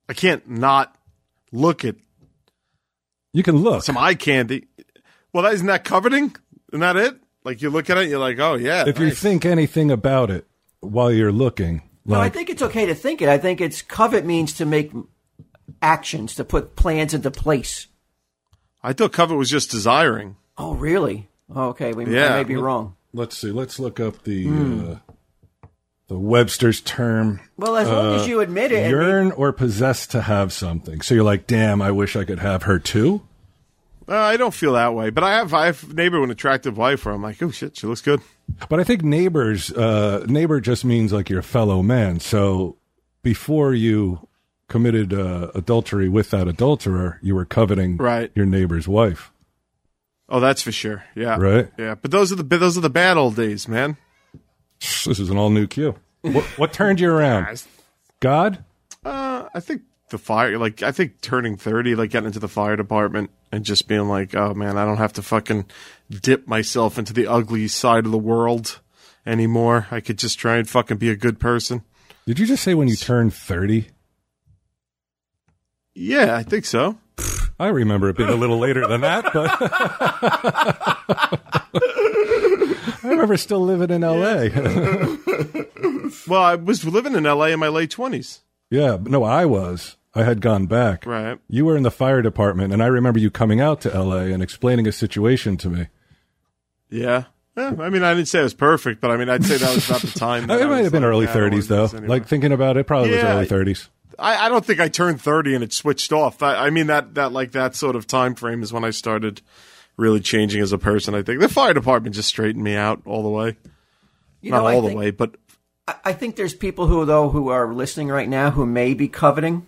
[SPEAKER 4] I can't not look at
[SPEAKER 3] You can look.
[SPEAKER 4] some eye candy. Well, that isn't that coveting? Isn't that it? Like you look at it, you're like, oh yeah.
[SPEAKER 3] if you
[SPEAKER 4] nice.
[SPEAKER 3] think anything about it while you're looking,
[SPEAKER 1] No, I
[SPEAKER 3] like,
[SPEAKER 1] think it's okay to think it. I think it's covet means to make actions, to put plans into place.
[SPEAKER 4] I thought covet was just desiring.
[SPEAKER 1] Oh, really? Oh, okay, we I
[SPEAKER 4] Yeah.
[SPEAKER 1] may be wrong.
[SPEAKER 3] let's see, let's look up the uh, the Webster's term.
[SPEAKER 1] Well, as long
[SPEAKER 3] Uh,
[SPEAKER 1] as you admit it, and
[SPEAKER 3] yearn or possess to have something. So you're like, damn, I wish I could have her too.
[SPEAKER 4] Uh, I don't feel that way, but I have I have a neighbor with an attractive wife where I'm like, oh shit, she looks good.
[SPEAKER 3] But I think neighbors, uh, neighbor just means like your fellow man. So before you committed uh, adultery with that adulterer, you were coveting
[SPEAKER 4] Right.
[SPEAKER 3] your neighbor's wife.
[SPEAKER 4] Oh, that's for sure. Yeah,
[SPEAKER 3] Right.
[SPEAKER 4] Yeah, but those are the those are the bad old days, man.
[SPEAKER 3] This is an all new cue. What, what turned you around? God?
[SPEAKER 4] Uh, I think the fire, like I think turning thirty, like getting into the fire department and just being like, oh man, I don't have to fucking dip myself into the ugly side of the world anymore. I could just try and fucking be a good person.
[SPEAKER 3] Did you just say when you turned 30?
[SPEAKER 4] Yeah, I think so.
[SPEAKER 3] I remember it being a little later than that, but <laughs> I remember still living in LA.
[SPEAKER 4] Well, I was living in L.A. in my late twenties.
[SPEAKER 3] <laughs> yeah, but no, I was. I had gone back.
[SPEAKER 4] Right.
[SPEAKER 3] You were in the fire department, and I remember you coming out to LA and explaining a situation to me.
[SPEAKER 4] Yeah. Yeah, I mean, I didn't say it was perfect, but I mean, I'd say that was about the
[SPEAKER 3] <laughs>
[SPEAKER 4] time. that
[SPEAKER 3] it
[SPEAKER 4] I
[SPEAKER 3] might
[SPEAKER 4] was
[SPEAKER 3] have been
[SPEAKER 4] like,
[SPEAKER 3] early
[SPEAKER 4] "Yeah, I don't want
[SPEAKER 3] 30s,
[SPEAKER 4] to do
[SPEAKER 3] though.
[SPEAKER 4] this anymore."
[SPEAKER 3] Like thinking about it, probably
[SPEAKER 4] Yeah.
[SPEAKER 3] was early 30s.
[SPEAKER 4] I, I don't think I turned 30 and it switched off. I, I mean that that like that sort of time frame is when I started really changing as a person. I think the fire department just straightened me out all the way,
[SPEAKER 1] you
[SPEAKER 4] not
[SPEAKER 1] know,
[SPEAKER 4] all
[SPEAKER 1] I
[SPEAKER 4] the
[SPEAKER 1] think,
[SPEAKER 4] way, but
[SPEAKER 1] I I think there's people who though who are listening right now who may be coveting,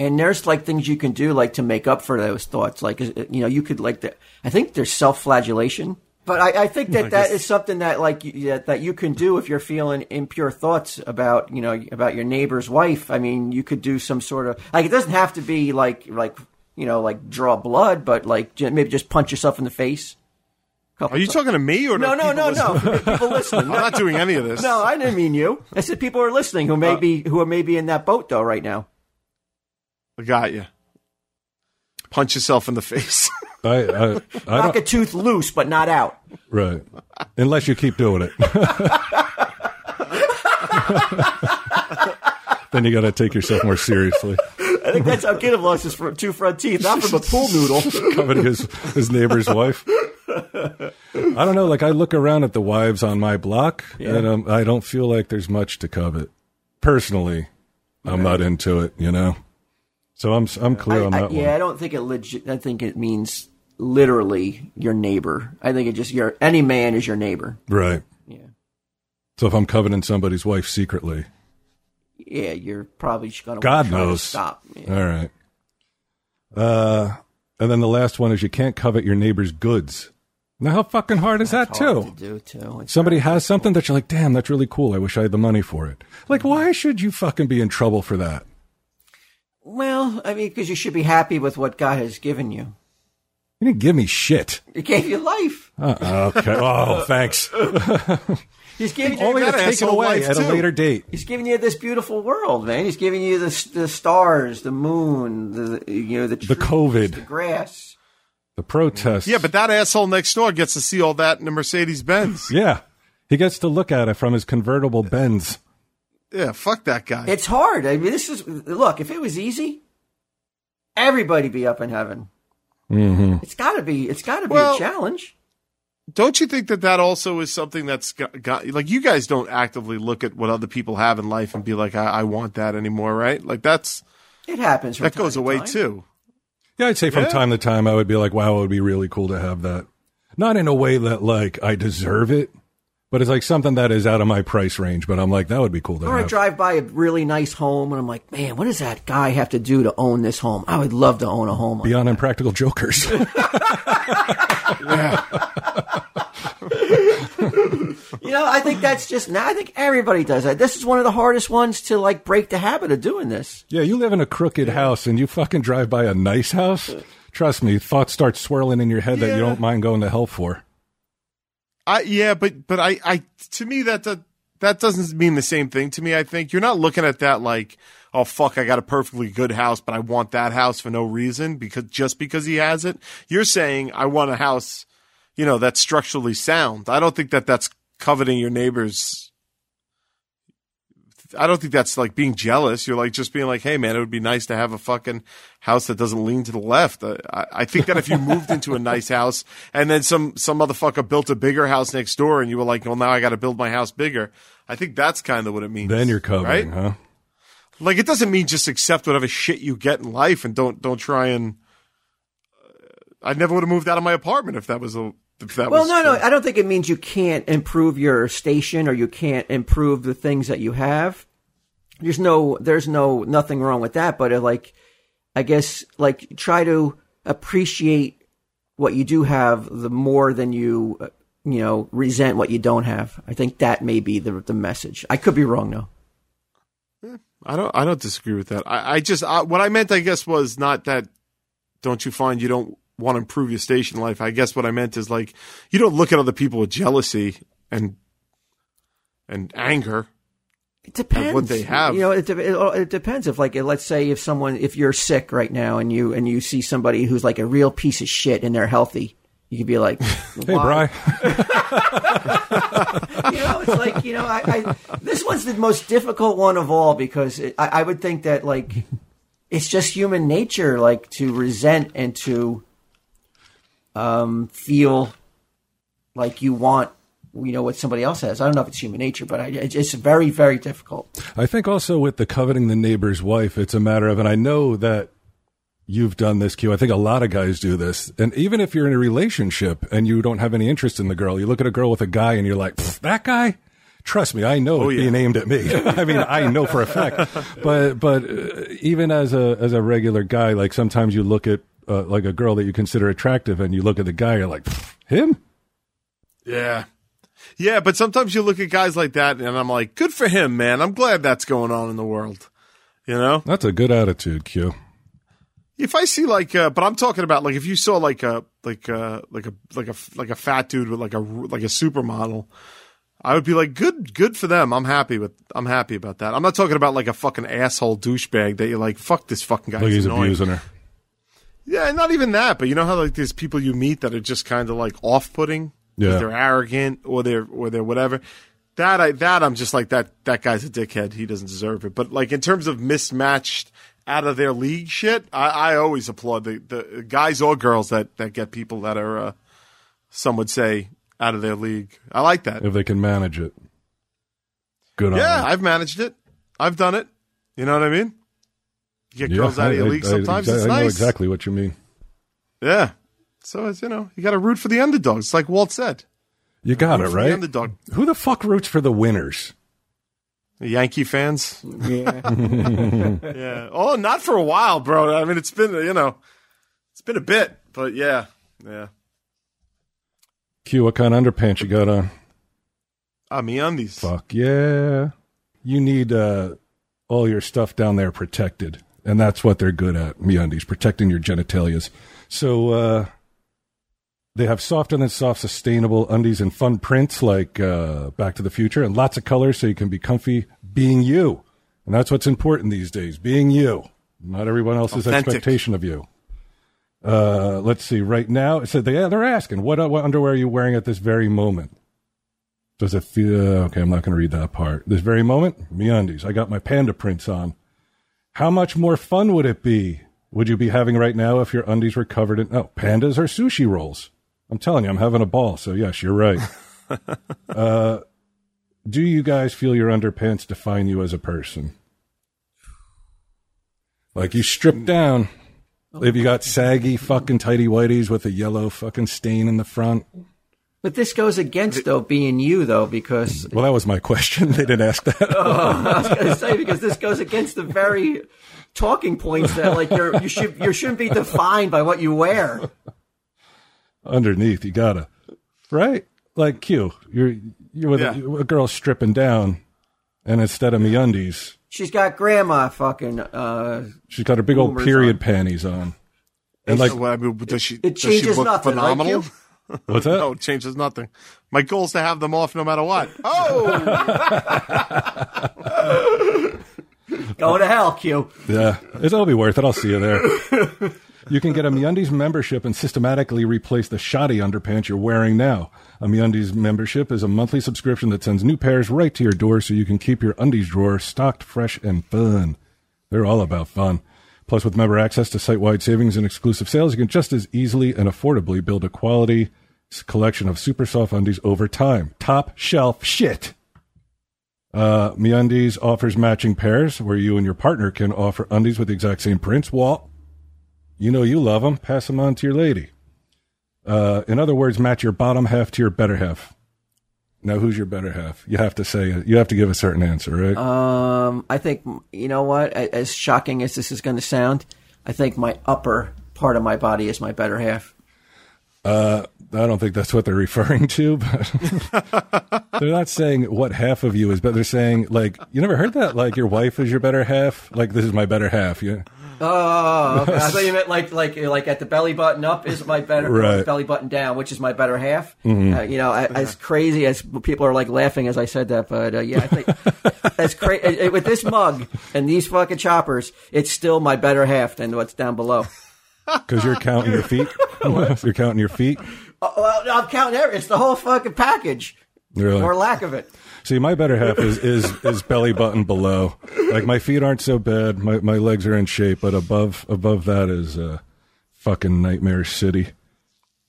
[SPEAKER 1] and there's like things you can do like to make up for those thoughts. Like is- you know, you could like the, I think there's self-flagellation, but I, I think that that is something that like you, that, that you can do if you're feeling impure thoughts about you know about your neighbor's wife. I mean, you could do some sort of like it doesn't have to be like like you know like draw blood, but like j- maybe just punch yourself in the face.
[SPEAKER 4] are you talking to me or
[SPEAKER 1] No,
[SPEAKER 4] to
[SPEAKER 1] no,
[SPEAKER 4] people
[SPEAKER 1] no,
[SPEAKER 4] listening?
[SPEAKER 1] no. People listening.
[SPEAKER 4] I'm not doing any of
[SPEAKER 1] <laughs>
[SPEAKER 4] this.
[SPEAKER 1] No, I didn't mean you. I said people who are listening who
[SPEAKER 3] Uh,
[SPEAKER 1] may be who are maybe in that boat though right now.
[SPEAKER 4] I got you. Punch yourself in the face. <laughs>
[SPEAKER 3] I, I, I
[SPEAKER 1] Knock
[SPEAKER 3] don't,
[SPEAKER 1] a tooth loose but not out.
[SPEAKER 3] right. Unless you keep doing it. <laughs> then you got to take yourself more seriously.
[SPEAKER 1] I think that's
[SPEAKER 3] <laughs>
[SPEAKER 1] how Gideon lost his front, two front teeth, not from a pool noodle.
[SPEAKER 3] coveting his, his neighbor's wife. I don't know. Like I look around at the wives on my block, and um, I don't feel like there's much to covet. Personally, I'm not into it. You know, so I'm s- I'm clear on
[SPEAKER 1] I-
[SPEAKER 3] that
[SPEAKER 1] yeah, I
[SPEAKER 3] one.
[SPEAKER 1] don't think it legit. I think it means literally your neighbor. I think it just your any man is your neighbor.
[SPEAKER 3] Right.
[SPEAKER 1] Yeah,
[SPEAKER 3] So if I'm coveting somebody's wife secretly,
[SPEAKER 1] yeah, you're probably just gonna
[SPEAKER 3] God
[SPEAKER 1] try to
[SPEAKER 3] knows.
[SPEAKER 1] stop. Yeah.
[SPEAKER 3] all right. Uh, and then the last one is you can't covet your neighbor's goods. Now, how fucking hard is that
[SPEAKER 1] Hard
[SPEAKER 3] too?
[SPEAKER 1] to do too. It's-
[SPEAKER 3] Somebody has something that you're like, damn, that's really cool. I wish I had the money for it. Like, why should you fucking be in trouble for that?
[SPEAKER 1] Well, I mean, because you should be happy with what God has given you.
[SPEAKER 3] You didn't give me shit.
[SPEAKER 1] He gave you life.
[SPEAKER 3] Uh,
[SPEAKER 4] <laughs>
[SPEAKER 3] okay. Oh, thanks.
[SPEAKER 1] He's giving you
[SPEAKER 3] Only to
[SPEAKER 4] that
[SPEAKER 3] take it
[SPEAKER 4] asshole
[SPEAKER 3] away
[SPEAKER 4] life,
[SPEAKER 3] at a
[SPEAKER 4] too.
[SPEAKER 3] later date.
[SPEAKER 1] He's giving you this beautiful world, man. He's giving you the the stars, the moon, the you know the
[SPEAKER 3] The
[SPEAKER 1] trees,
[SPEAKER 3] COVID.
[SPEAKER 1] the grass.
[SPEAKER 3] The protests.
[SPEAKER 4] Yeah, but that asshole next door gets to see all that in a Mercedes Benz.
[SPEAKER 3] yeah, he gets to look at it from his convertible Benz.
[SPEAKER 4] yeah, fuck that guy.
[SPEAKER 1] It's hard. I mean, this is look. If it was easy, everybody be up in heaven.
[SPEAKER 3] Mm-hmm.
[SPEAKER 1] It's got to be. It's got to be
[SPEAKER 4] Well-
[SPEAKER 1] a challenge.
[SPEAKER 4] Don't you think that that also is something that's got, got like you guys don't actively look at what other people have in life and be like, I, I want that anymore, right? Like that's
[SPEAKER 1] It happens. From
[SPEAKER 4] that
[SPEAKER 1] time
[SPEAKER 4] goes
[SPEAKER 1] to
[SPEAKER 4] away
[SPEAKER 1] time.
[SPEAKER 4] too.
[SPEAKER 3] Yeah, I'd say from
[SPEAKER 4] Yeah.
[SPEAKER 3] time to time I would be like, wow, it would be really cool to have that. Not in a way that like I deserve it, but it's like something that is out of my price range. But I'm like, that would be cool to
[SPEAKER 1] Or I
[SPEAKER 3] have.
[SPEAKER 1] drive by a really nice home, and I'm like, man, what does that guy have to do to own this home? I would love to own a home. like
[SPEAKER 3] Beyond impractical
[SPEAKER 4] <laughs>
[SPEAKER 3] jokers.
[SPEAKER 1] You know, I think that's just now. I think everybody does that. This is one of the hardest ones to like break the habit of doing this.
[SPEAKER 3] yeah, you live in a crooked house and you fucking drive by a nice house. Trust me, thoughts start swirling in your head that you
[SPEAKER 4] Yeah.
[SPEAKER 3] don't mind going to hell for.
[SPEAKER 4] I yeah, but but I I to me that that, that doesn't mean the same thing to me. I think you're not looking at that like, oh fuck, I got a perfectly good house, but I want that house for no reason because just because he has it. You're saying I want a house, you know, that's structurally sound. I don't think that that's coveting your neighbor's. I don't think that's like being jealous. You're like just being like, "Hey, man, it would be nice to have a fucking house that doesn't lean to the left." I, I I think that if you moved into a nice house and then some some motherfucker built a bigger house next door, and you were like, "Well, now I got to build my house bigger," I think that's kind of what it means.
[SPEAKER 3] Then you're covering,
[SPEAKER 4] right?
[SPEAKER 3] huh?
[SPEAKER 4] Like it doesn't mean just accept whatever shit you get in life and don't don't try and. uh, I never would have moved out of my apartment if that was a if that
[SPEAKER 1] Well,
[SPEAKER 4] was
[SPEAKER 1] no, no, I don't think it means you can't improve your station or you can't improve the things that you have. There's no, there's no, nothing wrong with that. But uh, like, I guess, like, try to appreciate what you do have the more than you, uh, you know, resent what you don't have. I think that may be the the message. I could be wrong though.
[SPEAKER 4] I don't. I don't disagree with that. I, I just I, what I meant, I guess, was not that. Don't you find you don't want to improve your station life? I guess what I meant is like you don't look at other people with jealousy and and anger.
[SPEAKER 1] It depends
[SPEAKER 4] they have.
[SPEAKER 1] You know, it, de- it, all- it depends. If like, let's say if someone, if you're sick right now and you and you see somebody who's like a real piece of shit and they're healthy, you could be
[SPEAKER 4] <laughs>
[SPEAKER 1] like,
[SPEAKER 3] Hey,
[SPEAKER 1] "Why?"
[SPEAKER 3] Bry.
[SPEAKER 1] You know, it's like you know, I, I this one's the most difficult one of all because it, I, I would think that like it's just human nature, like to resent and to um feel like you want you know what somebody else has. I don't know if it's human nature, but I, it's it's very very difficult.
[SPEAKER 3] I think also with the coveting the neighbor's wife, it's a matter of, and I know that you've done this, Q. I think a lot of guys do this. And even if you're in a relationship and you don't have any interest in the girl, you look at a girl with a guy and you're like, "Pfft, that guy? Trust me, I know
[SPEAKER 4] Oh,
[SPEAKER 3] it's being aimed at
[SPEAKER 4] <laughs>
[SPEAKER 3] me. <laughs> I mean, I know for a fact. But but uh, even as a as a regular guy, like sometimes you look at uh, like a girl that you consider attractive, and you look at the guy, you're like, "Pfft, him?
[SPEAKER 4] Yeah, yeah. But sometimes you look at guys like that, and I'm like, good for him, man. I'm glad that's going on in the world. You know.
[SPEAKER 3] That's a good attitude, Q.
[SPEAKER 4] If I see like, uh, but I'm talking about like if you saw like a like a like a like a like a fat dude with like a like a supermodel, I would be like, good, good for them. I'm happy with, I'm happy about that. I'm not talking about like a fucking asshole douchebag that you're like, fuck this fucking guy.
[SPEAKER 3] Like he's
[SPEAKER 4] annoying.
[SPEAKER 3] abusing her.
[SPEAKER 4] Yeah, not even that, but you know how like there's people you meet that are just kind of like off-putting. 'cause
[SPEAKER 3] Yeah.
[SPEAKER 4] they're arrogant or they're or they're whatever. That I that I'm just like that that guy's a dickhead. He doesn't deserve it. But like in terms of mismatched out of their league shit, I, I always applaud the, the guys or girls that that get people that are uh, some would say out of their league. I like that.
[SPEAKER 3] if they can manage it. Good on
[SPEAKER 4] Yeah,
[SPEAKER 3] them.
[SPEAKER 4] I've managed it. I've done it. You know what I mean? You get
[SPEAKER 3] Yeah,
[SPEAKER 4] girls out of your
[SPEAKER 3] I-
[SPEAKER 4] league
[SPEAKER 3] I-
[SPEAKER 4] sometimes.
[SPEAKER 3] I,
[SPEAKER 4] it's
[SPEAKER 3] I
[SPEAKER 4] nice.
[SPEAKER 3] know exactly what you mean.
[SPEAKER 4] Yeah. So it's you know you got to root for the underdogs. It's like Walt said,
[SPEAKER 3] You got it
[SPEAKER 4] root for
[SPEAKER 3] right.
[SPEAKER 4] the underdog.
[SPEAKER 3] Who the fuck roots for the winners?
[SPEAKER 4] The Yankee fans.
[SPEAKER 1] Yeah.
[SPEAKER 4] Yeah. Oh, not for a while, bro. I mean, it's been you know, it's been a bit, but yeah, yeah.
[SPEAKER 3] Q, what kind of underpants you got on?
[SPEAKER 4] I mean, on these.
[SPEAKER 3] Fuck yeah! You need uh, all your stuff down there protected. and that's what they're good at. MeUndies protecting your genitalias. So uh, they have soft and then soft, sustainable undies and fun prints like uh, Back to the Future, and lots of colors so you can be comfy being you. And that's what's important these days: being you, not everyone else's
[SPEAKER 4] Authentic.
[SPEAKER 3] expectation of you. Uh, let's see. Right now, it said they, yeah, they're asking what what underwear are you wearing at this very moment. Does it feel okay? I'm not going to read that part. This very moment, MeUndies. I got my panda prints on. How much more fun would it be? Would you be having right now if your undies were covered in oh pandas or sushi rolls? I'm telling you, I'm having a ball. So yes, you're right. uh, do you guys feel your underpants define you as a person? Like you strip down. If you got saggy fucking tighty whities with a yellow fucking stain in the front.
[SPEAKER 1] But this goes against though being you though because <laughs>
[SPEAKER 3] Well, that was my question. <laughs> They didn't ask that.
[SPEAKER 1] I was going to say because this goes against the very talking points that like you're you should you shouldn't be defined by what you wear.
[SPEAKER 3] underneath. You gotta, right? Like Q, you're you're with a,
[SPEAKER 4] Yeah.
[SPEAKER 3] a girl stripping down, and instead of MeUndies,
[SPEAKER 1] She's got grandma fucking. Uh,
[SPEAKER 3] she's got her big old
[SPEAKER 1] Boomers
[SPEAKER 3] period panties on. And like,
[SPEAKER 4] Well, I mean, does she?
[SPEAKER 1] it
[SPEAKER 4] does she
[SPEAKER 1] changes
[SPEAKER 4] look
[SPEAKER 1] nothing. right,
[SPEAKER 4] Phenomenal.
[SPEAKER 1] Q?
[SPEAKER 3] what's that?
[SPEAKER 4] <laughs> no, it changes nothing. My goal is to have them off no
[SPEAKER 1] <laughs>
[SPEAKER 4] matter what. Oh,
[SPEAKER 1] Go to hell, Q.
[SPEAKER 3] Yeah, it'll be worth it. I'll see you there. You can get a MeUndies membership and systematically replace the shoddy underpants you're wearing now. A MeUndies membership is a monthly subscription that sends new pairs right to your door so you can keep your undies drawer stocked fresh and fun. They're all about fun. Plus, with member access to site-wide savings and exclusive sales, you can just as easily and affordably build a quality s- collection of super soft undies over time. Top shelf shit. Uh, MeUndies offers matching pairs where you and your partner can offer undies with the exact same prints. Walt, you know you love them. Pass them on to your lady. Uh, in other words, match your bottom half to your better half. Now, who's your better half? You have to say. You have to give a certain answer, right?
[SPEAKER 1] Um, I think you know what. a- As shocking as this is going to sound, I think my upper part of my body is my better half.
[SPEAKER 3] Uh, I don't think that's what they're referring to, but they're not saying what half of you is, but they're saying like you never heard that like your wife is your better half. Like this is my better half. Yeah.
[SPEAKER 1] Oh, okay. I thought you meant like like like at the belly button up is my better
[SPEAKER 3] Right.
[SPEAKER 1] belly button down, which is my better half. Uh, you know, I, as crazy as people are like laughing as I said that, but uh, yeah, I think as crazy with this mug and these fucking choppers, it's still my better half than what's down below. <laughs>
[SPEAKER 3] Because you're counting your feet. you're counting your feet.
[SPEAKER 1] Oh, well, I'm counting every. It's the whole fucking package
[SPEAKER 3] Really?
[SPEAKER 1] or lack of it.
[SPEAKER 3] See, my better half is, is, is belly button below. Like my feet aren't so bad. My, my legs are in shape, but above above that is uh, fucking nightmare city.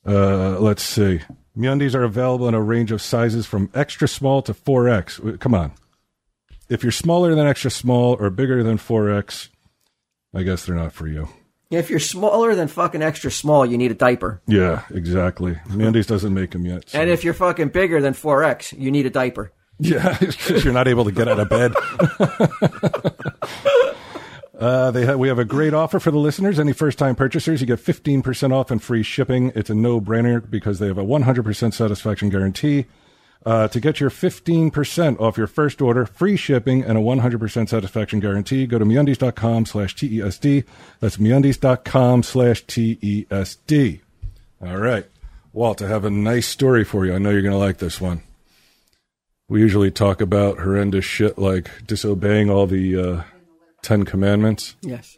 [SPEAKER 3] Uh, let's see. Mundies are available in a range of sizes from extra small to 4X. W- Come on. If you're smaller than extra small or bigger than 4X, I guess they're not for you.
[SPEAKER 1] If you're smaller than fucking extra small, you need a diaper.
[SPEAKER 3] Yeah, exactly. Mundies doesn't make them yet. so-
[SPEAKER 1] And if you're fucking bigger than 4X, you need a diaper.
[SPEAKER 3] <laughs> Yeah, because you're not able to get out of bed. <laughs> uh, they ha- we have a great offer for the listeners. Any first time purchasers, you get 15% off and free shipping. It's a no brainer because they have a 100% satisfaction guarantee. Uh, to get your 15% off your first order, free shipping, and a 100% satisfaction guarantee, go to meundies.com slash TESD. That's meundies.com slash TESD. All right. Walt, I have a nice story for you. I know you're going to like this one we usually talk about horrendous shit like disobeying all the uh, Ten Commandments.
[SPEAKER 1] Yes.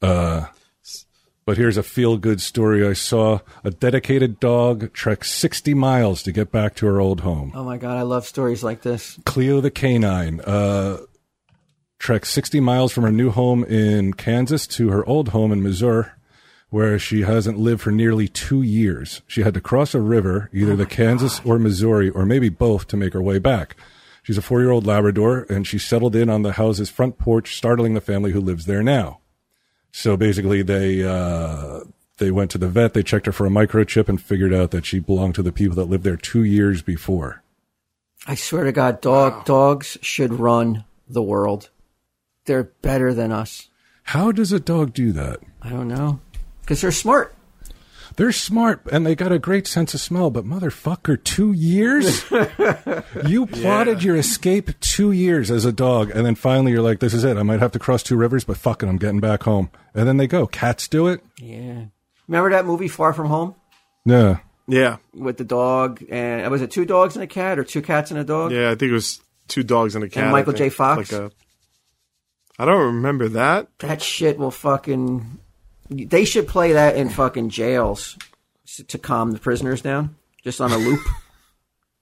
[SPEAKER 3] But here's a feel good story I saw. A dedicated dog treks 60 miles to get back to her old home.
[SPEAKER 1] Oh my god, I love stories like this.
[SPEAKER 3] Cleo the canine uh, treks 60 miles from her new home in Kansas to her old home in Missouri, where she hasn't lived for nearly two years. She had to cross a river, either the Kansas or Missouri, or maybe both, to make her way back. She's a four year old Labrador, and she settled in on the house's front porch, startling the family who lives there now. So basically, they uh, they went to the vet, they checked her for a microchip, and figured out that she belonged to the people that lived there two years before.
[SPEAKER 1] I swear to God, dog dogs should run the world. They're better than us.
[SPEAKER 3] How does a dog do that?
[SPEAKER 1] I don't know because they're smart.
[SPEAKER 3] They're smart and they got a great sense of smell, but motherfucker,
[SPEAKER 1] <laughs>
[SPEAKER 3] two years? you plotted your escape two years as a dog, and then finally you're like, this is it. I might have to cross two rivers, but fuck it, I'm getting back home. And then they go. Cats do it?
[SPEAKER 1] Yeah. Remember that movie Far From Home
[SPEAKER 3] Yeah.
[SPEAKER 4] Yeah,
[SPEAKER 1] with the dog and uh, was it two dogs and a cat or two cats and a dog?
[SPEAKER 4] yeah. I think it was two dogs and a cat. I
[SPEAKER 1] Michael J.
[SPEAKER 4] think.
[SPEAKER 1] Fox?
[SPEAKER 4] Like a, I don't remember that.
[SPEAKER 1] That shit will fucking. They should play that in fucking jails s- to calm the prisoners down, just on a loop.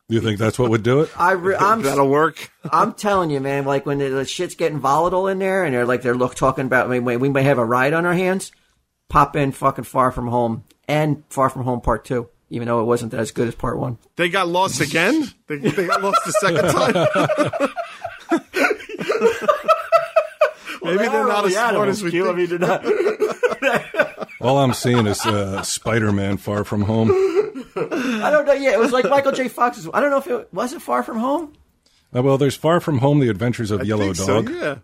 [SPEAKER 3] You think that's what would do it?
[SPEAKER 1] <laughs> I re- <laughs> I'm
[SPEAKER 4] That'll work.
[SPEAKER 1] I'm telling you, man. Like when the, the shit's getting volatile in there, and they're like they're look talking about. I mean, we- we may have a ride on our hands. Pop in fucking Far From Home and Far From Home Part Two, even though it wasn't as good as Part One.
[SPEAKER 4] They got lost again. They, they got lost the <laughs> second time. <laughs> Maybe they're not as smart as we think.
[SPEAKER 3] All I'm seeing is uh, Spider Man Far From Home.
[SPEAKER 1] I don't know. Yeah, it was like Michael J. Fox's. I don't know if it was it Far From Home.
[SPEAKER 3] Uh, well, there's Far From Home, The Adventures of
[SPEAKER 4] I
[SPEAKER 3] Yellow
[SPEAKER 4] think so,
[SPEAKER 3] Dog.
[SPEAKER 4] yeah.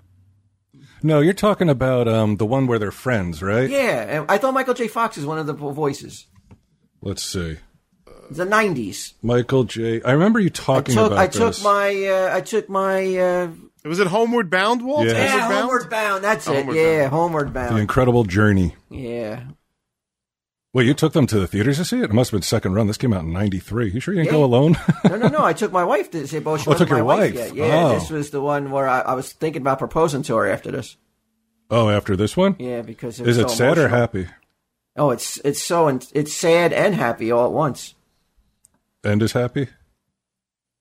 [SPEAKER 3] No, you're talking about um, the one where they're friends, right?
[SPEAKER 1] Yeah, and I thought Michael J. Fox is one of the vo- voices.
[SPEAKER 3] Let's see.
[SPEAKER 1] The '90s.
[SPEAKER 3] Michael J. I remember you talking
[SPEAKER 1] Took,
[SPEAKER 3] about
[SPEAKER 1] I took
[SPEAKER 3] this.
[SPEAKER 1] my uh, I took my uh,
[SPEAKER 4] Was it Homeward Bound, Walt?
[SPEAKER 3] Yeah.
[SPEAKER 1] yeah,
[SPEAKER 3] Homeward
[SPEAKER 1] homeward, bound. That's it.
[SPEAKER 4] Homeward
[SPEAKER 1] yeah, homeward
[SPEAKER 3] The
[SPEAKER 1] bound.
[SPEAKER 3] Incredible Journey.
[SPEAKER 1] Yeah,
[SPEAKER 3] Wait, you took them to the theaters to see it? It must have been second run. This came out in '93. You sure you didn't
[SPEAKER 1] Yeah. <laughs>
[SPEAKER 3] go alone? <laughs>
[SPEAKER 1] No, no, no. I took my wife to say, well, she
[SPEAKER 3] Oh,
[SPEAKER 1] wasn't
[SPEAKER 3] took your
[SPEAKER 1] my wife, yet.
[SPEAKER 3] wife.
[SPEAKER 1] Yeah,
[SPEAKER 3] Oh.
[SPEAKER 1] this was the one where I, I was thinking about proposing to her after this.
[SPEAKER 3] oh, after this one?
[SPEAKER 1] Yeah, because it was
[SPEAKER 3] Is it
[SPEAKER 1] so
[SPEAKER 3] sad or
[SPEAKER 1] emotional.
[SPEAKER 3] happy?
[SPEAKER 1] Oh, it's it's so and it's sad and happy all at once.
[SPEAKER 3] End is happy.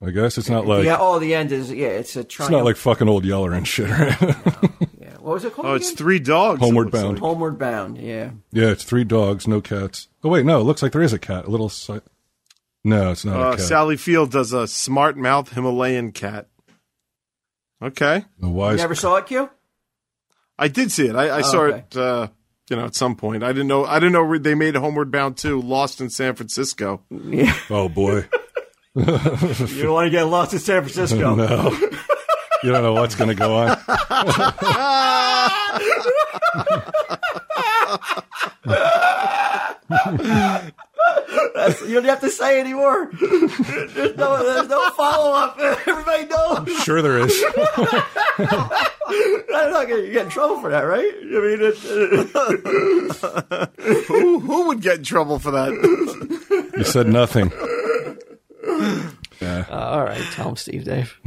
[SPEAKER 3] I guess it's not like
[SPEAKER 1] yeah, oh, the end is yeah, it's a
[SPEAKER 3] it's
[SPEAKER 1] triumph.
[SPEAKER 3] not like fucking old Yeller and shit. Right?
[SPEAKER 1] yeah. what was it called?
[SPEAKER 4] Oh, it's
[SPEAKER 1] again?
[SPEAKER 4] three dogs. it
[SPEAKER 3] Homeward
[SPEAKER 4] looks
[SPEAKER 3] Bound.
[SPEAKER 4] like.
[SPEAKER 1] Homeward Bound. Yeah,
[SPEAKER 3] <laughs> yeah, it's three dogs, no cats. Oh wait, no, it looks like there is a cat. A little. Si- no, it's not
[SPEAKER 4] Uh,
[SPEAKER 3] a cat.
[SPEAKER 4] Sally Field does a smart mouth Himalayan cat. Okay.
[SPEAKER 3] a
[SPEAKER 1] you
[SPEAKER 3] wise.
[SPEAKER 1] never saw it, Q.
[SPEAKER 4] I did see it. I, I
[SPEAKER 1] Oh,
[SPEAKER 4] saw
[SPEAKER 1] okay.
[SPEAKER 4] it. Uh, you know, at some point, I didn't know. I didn't know where they made Homeward Bound two, Lost in San Francisco.
[SPEAKER 1] Yeah,
[SPEAKER 3] oh
[SPEAKER 1] <laughs>
[SPEAKER 3] boy.
[SPEAKER 1] you don't want to get lost in San
[SPEAKER 3] <laughs>
[SPEAKER 1] Francisco.
[SPEAKER 3] No. you don't know what's going to
[SPEAKER 1] <laughs>
[SPEAKER 3] go on.
[SPEAKER 1] You don't have to say <laughs> anymore. there's no, there's no follow up. <laughs> Everybody knows. <laughs>
[SPEAKER 3] Sure, there is.
[SPEAKER 1] I'm not gonna get in trouble for that, right? I mean, it, <laughs>
[SPEAKER 4] who who would get in trouble for <laughs> that?
[SPEAKER 3] You said nothing.
[SPEAKER 2] all right, tell him, Steve, Dave.